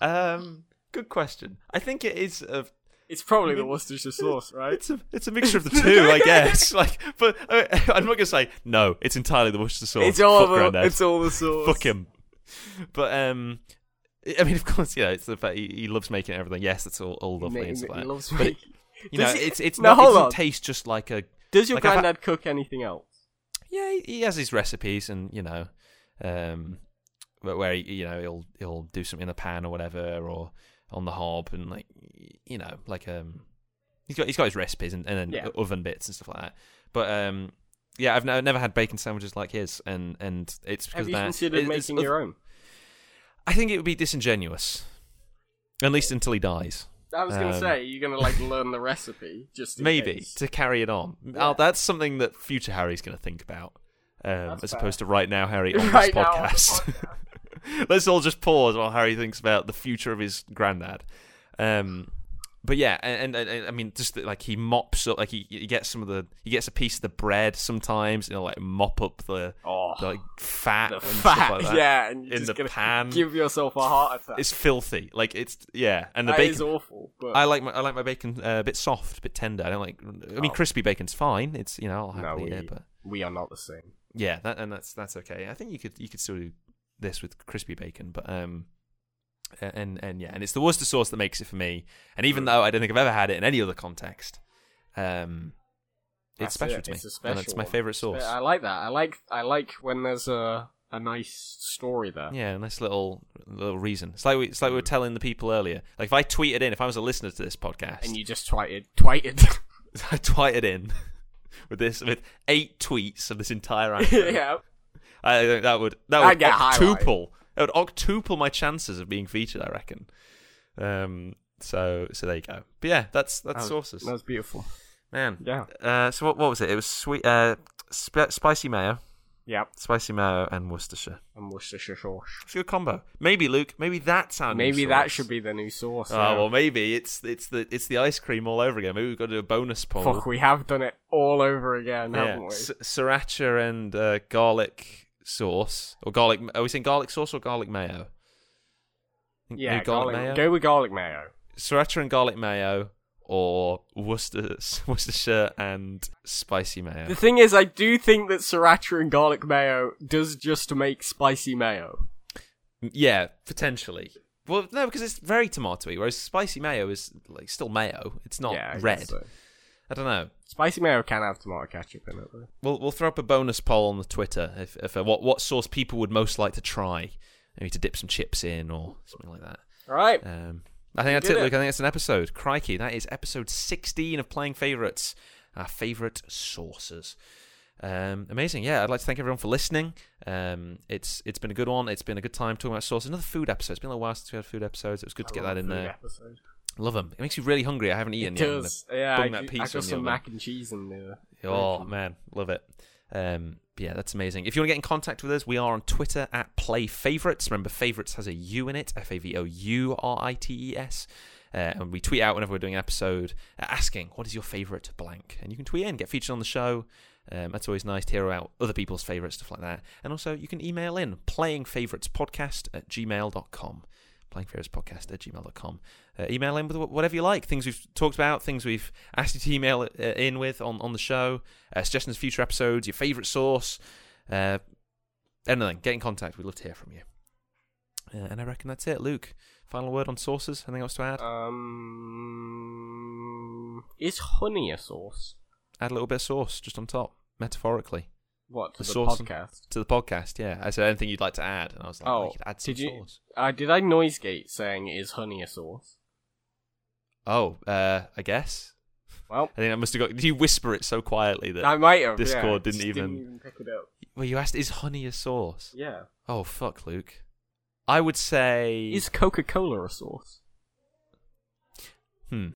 [SPEAKER 2] Um, good question. I think it is of
[SPEAKER 1] It's probably the Worcestershire sauce, right?
[SPEAKER 2] It's a it's a mixture of the two, I guess. Like, but uh, I'm not gonna say no. It's entirely the Worcestershire sauce.
[SPEAKER 1] It's all
[SPEAKER 2] Fuck
[SPEAKER 1] the,
[SPEAKER 2] Grandad.
[SPEAKER 1] it's all the sauce.
[SPEAKER 2] Fuck him. But um, I mean, of course, you know, it's the fact he, he loves making everything. Yes, that's all, all lovely
[SPEAKER 1] Ma-
[SPEAKER 2] and stuff
[SPEAKER 1] ma-
[SPEAKER 2] like that.
[SPEAKER 1] loves
[SPEAKER 2] But it-
[SPEAKER 1] making-
[SPEAKER 2] you know,
[SPEAKER 1] Does he-
[SPEAKER 2] it's it's
[SPEAKER 1] No,
[SPEAKER 2] not, it
[SPEAKER 1] hold
[SPEAKER 2] doesn't
[SPEAKER 1] on.
[SPEAKER 2] taste just like a
[SPEAKER 1] Does your
[SPEAKER 2] like I've had-
[SPEAKER 1] granddad cook anything else?
[SPEAKER 2] yeah. He, he has his recipes, and you know, um, where, where he, you know he'll he'll do something in a pan or whatever, or on the hob, and like you know, like um, he's got he's got his recipes and, and then
[SPEAKER 1] Yeah.
[SPEAKER 2] oven bits and stuff like that. But um, yeah, I've, n- I've never had bacon sandwiches like his, and and it's because
[SPEAKER 1] Have you
[SPEAKER 2] that,
[SPEAKER 1] considered
[SPEAKER 2] it- it's-
[SPEAKER 1] making your own?
[SPEAKER 2] I think it would be disingenuous, at least until he dies.
[SPEAKER 1] I was gonna
[SPEAKER 2] um,
[SPEAKER 1] say you're gonna like learn the recipe just in
[SPEAKER 2] Maybe
[SPEAKER 1] case.
[SPEAKER 2] to carry it on. Oh, that's something that future Harry's going to think about, um,
[SPEAKER 1] That's
[SPEAKER 2] as
[SPEAKER 1] fair.
[SPEAKER 2] opposed to right now, Harry, on
[SPEAKER 1] Right
[SPEAKER 2] this
[SPEAKER 1] now on the
[SPEAKER 2] podcast. Let's all just pause while Harry thinks about the future of his granddad. Um, but yeah, and, and, and I mean, just that, like he mops up, like he, he gets some of the, he gets a piece of the bread sometimes, you know, like mop up the,
[SPEAKER 1] Oh,
[SPEAKER 2] the, like fat,
[SPEAKER 1] the
[SPEAKER 2] and stuff
[SPEAKER 1] fat,
[SPEAKER 2] like that.
[SPEAKER 1] yeah, and you're
[SPEAKER 2] in
[SPEAKER 1] just
[SPEAKER 2] the
[SPEAKER 1] gonna
[SPEAKER 2] pan.
[SPEAKER 1] give yourself a heart attack.
[SPEAKER 2] It's filthy. Like it's yeah, and the
[SPEAKER 1] That
[SPEAKER 2] bacon.
[SPEAKER 1] is awful. But
[SPEAKER 2] I like my I like my bacon uh, a bit soft, a bit tender. I don't like. I mean,
[SPEAKER 1] Oh.
[SPEAKER 2] crispy bacon's fine. It's you know I'll
[SPEAKER 1] No,
[SPEAKER 2] happily
[SPEAKER 1] we-
[SPEAKER 2] eat it, but
[SPEAKER 1] we are not the same.
[SPEAKER 2] yeah, that, and that's that's okay. I think you could you could still do this with crispy bacon, but um, a- and and yeah, and it's the Worcester sauce that makes it for me. And even though I don't think I've ever had it in any other context, um,
[SPEAKER 1] That's
[SPEAKER 2] it's special
[SPEAKER 1] it.
[SPEAKER 2] to me,
[SPEAKER 1] It's a
[SPEAKER 2] and it's
[SPEAKER 1] special
[SPEAKER 2] my
[SPEAKER 1] one.
[SPEAKER 2] favorite sauce.
[SPEAKER 1] I like that. I like I like when there's a a nice story there.
[SPEAKER 2] Yeah, a nice little little reason. It's like we, it's like
[SPEAKER 1] Mm.
[SPEAKER 2] we were telling the people earlier. Like if I tweeted in, if I was a listener to this podcast,
[SPEAKER 1] And you just twited, twited.
[SPEAKER 2] I tweeted in with this with eight tweets of this entire anthem.
[SPEAKER 1] yeah,
[SPEAKER 2] I think that would that
[SPEAKER 1] I'd
[SPEAKER 2] would
[SPEAKER 1] get
[SPEAKER 2] octuple that would octuple my chances of being featured. I reckon. Um. So so there you go. But yeah, that's that's sauces,
[SPEAKER 1] That was beautiful.
[SPEAKER 2] man.
[SPEAKER 1] Oh, Yeah,
[SPEAKER 2] Uh. So what what was it? It was sweet. Uh. Sp- spicy mayo,
[SPEAKER 1] yeah.
[SPEAKER 2] spicy mayo, and Worcestershire.
[SPEAKER 1] And Worcestershire sauce.
[SPEAKER 2] It's a good combo. Maybe Luke. Maybe that's our. new
[SPEAKER 1] Maybe that
[SPEAKER 2] sauce.
[SPEAKER 1] should be the new sauce.
[SPEAKER 2] Oh
[SPEAKER 1] yeah.
[SPEAKER 2] well, maybe it's it's the it's the ice cream all over again. Maybe we've got to do a bonus poll.
[SPEAKER 1] Fuck, we have done it all over again,
[SPEAKER 2] yeah,
[SPEAKER 1] haven't we?
[SPEAKER 2] S- sriracha and uh, garlic sauce or garlic. Are we saying garlic sauce or garlic mayo? Think
[SPEAKER 1] yeah,
[SPEAKER 2] maybe
[SPEAKER 1] garlic.
[SPEAKER 2] mayo.
[SPEAKER 1] Go with garlic mayo.
[SPEAKER 2] Sriracha and garlic mayo, or Worcester Worcestershire and spicy mayo.
[SPEAKER 1] The thing is, I do think that sriracha and garlic mayo does just make spicy mayo.
[SPEAKER 2] yeah, potentially. Well, no, because it's very tomatoey, whereas spicy mayo is like still mayo. It's not
[SPEAKER 1] yeah, I guess
[SPEAKER 2] red.
[SPEAKER 1] so.
[SPEAKER 2] I don't know.
[SPEAKER 1] Spicy mayo can have tomato ketchup in it. Though.
[SPEAKER 2] We'll we'll throw up a bonus poll on the Twitter if, if uh, what what sauce people would most like to try, maybe to dip some chips in or something like that.
[SPEAKER 1] All right,
[SPEAKER 2] Um, I think that's
[SPEAKER 1] did
[SPEAKER 2] it,
[SPEAKER 1] it.
[SPEAKER 2] Luke. I think that's an episode. Crikey, that is episode sixteen of Playing Favorites, our favorite sauces. Um, amazing, yeah. I'd like to thank everyone for listening. Um, it's it's been a good one. It's been a good time talking about sauce. Another food episode. It's been a little while since we had food episodes. It was good to get that in there.
[SPEAKER 1] Episode.
[SPEAKER 2] Love them. It makes you really hungry. I haven't eaten
[SPEAKER 1] It
[SPEAKER 2] yet. I'm
[SPEAKER 1] does. Yeah, I,
[SPEAKER 2] bung that
[SPEAKER 1] ju- I
[SPEAKER 2] pizza in
[SPEAKER 1] got
[SPEAKER 2] the
[SPEAKER 1] some
[SPEAKER 2] oven.
[SPEAKER 1] mac and cheese in there.
[SPEAKER 2] Oh man, love it. Um, but yeah, that's amazing. If you want to get in contact with us, we are on Twitter at Play Favorites. Remember, favorites has a U in it. F A V O U R I T E S. Uh, and we tweet out whenever we're doing an episode uh, asking what is your favorite blank, and you can tweet in, get featured on the show. Um, that's always nice to hear about other people's favorites, stuff like that. And also, you can email in playingfavoritspodcast at gmail.com. Podcast at gmail.com. Uh, email in with wh- whatever you like, things we've talked about, things we've asked you to email uh, in with on, on the show, uh, suggestions for future episodes, your favorite source, uh, anything. Get in contact. We'd love to hear from you. Uh, and I reckon that's it. Luke, final word on sources. Anything else to add?
[SPEAKER 1] Uh, Um, is honey a sauce?
[SPEAKER 2] add a little bit of sauce just on top, metaphorically,
[SPEAKER 1] What to
[SPEAKER 2] A
[SPEAKER 1] the,
[SPEAKER 2] sauce and-
[SPEAKER 1] podcast?
[SPEAKER 2] to the podcast. Yeah. I said anything you'd like to add. And I was like, oh,
[SPEAKER 1] Oh,
[SPEAKER 2] I could add some
[SPEAKER 1] did you-
[SPEAKER 2] sauce.
[SPEAKER 1] Uh, did I noise gate saying is honey a sauce?
[SPEAKER 2] Oh, uh, I guess.
[SPEAKER 1] Well,
[SPEAKER 2] I think I must have got. Did you whisper it so quietly that.
[SPEAKER 1] I might have.
[SPEAKER 2] Discord
[SPEAKER 1] yeah,
[SPEAKER 2] didn't
[SPEAKER 1] just
[SPEAKER 2] even-
[SPEAKER 1] didn't even pick it up.
[SPEAKER 2] well, you asked, is honey a sauce?
[SPEAKER 1] Yeah.
[SPEAKER 2] Oh fuck, Luke. I would say
[SPEAKER 1] Is Coca Cola a sauce?
[SPEAKER 2] hmm.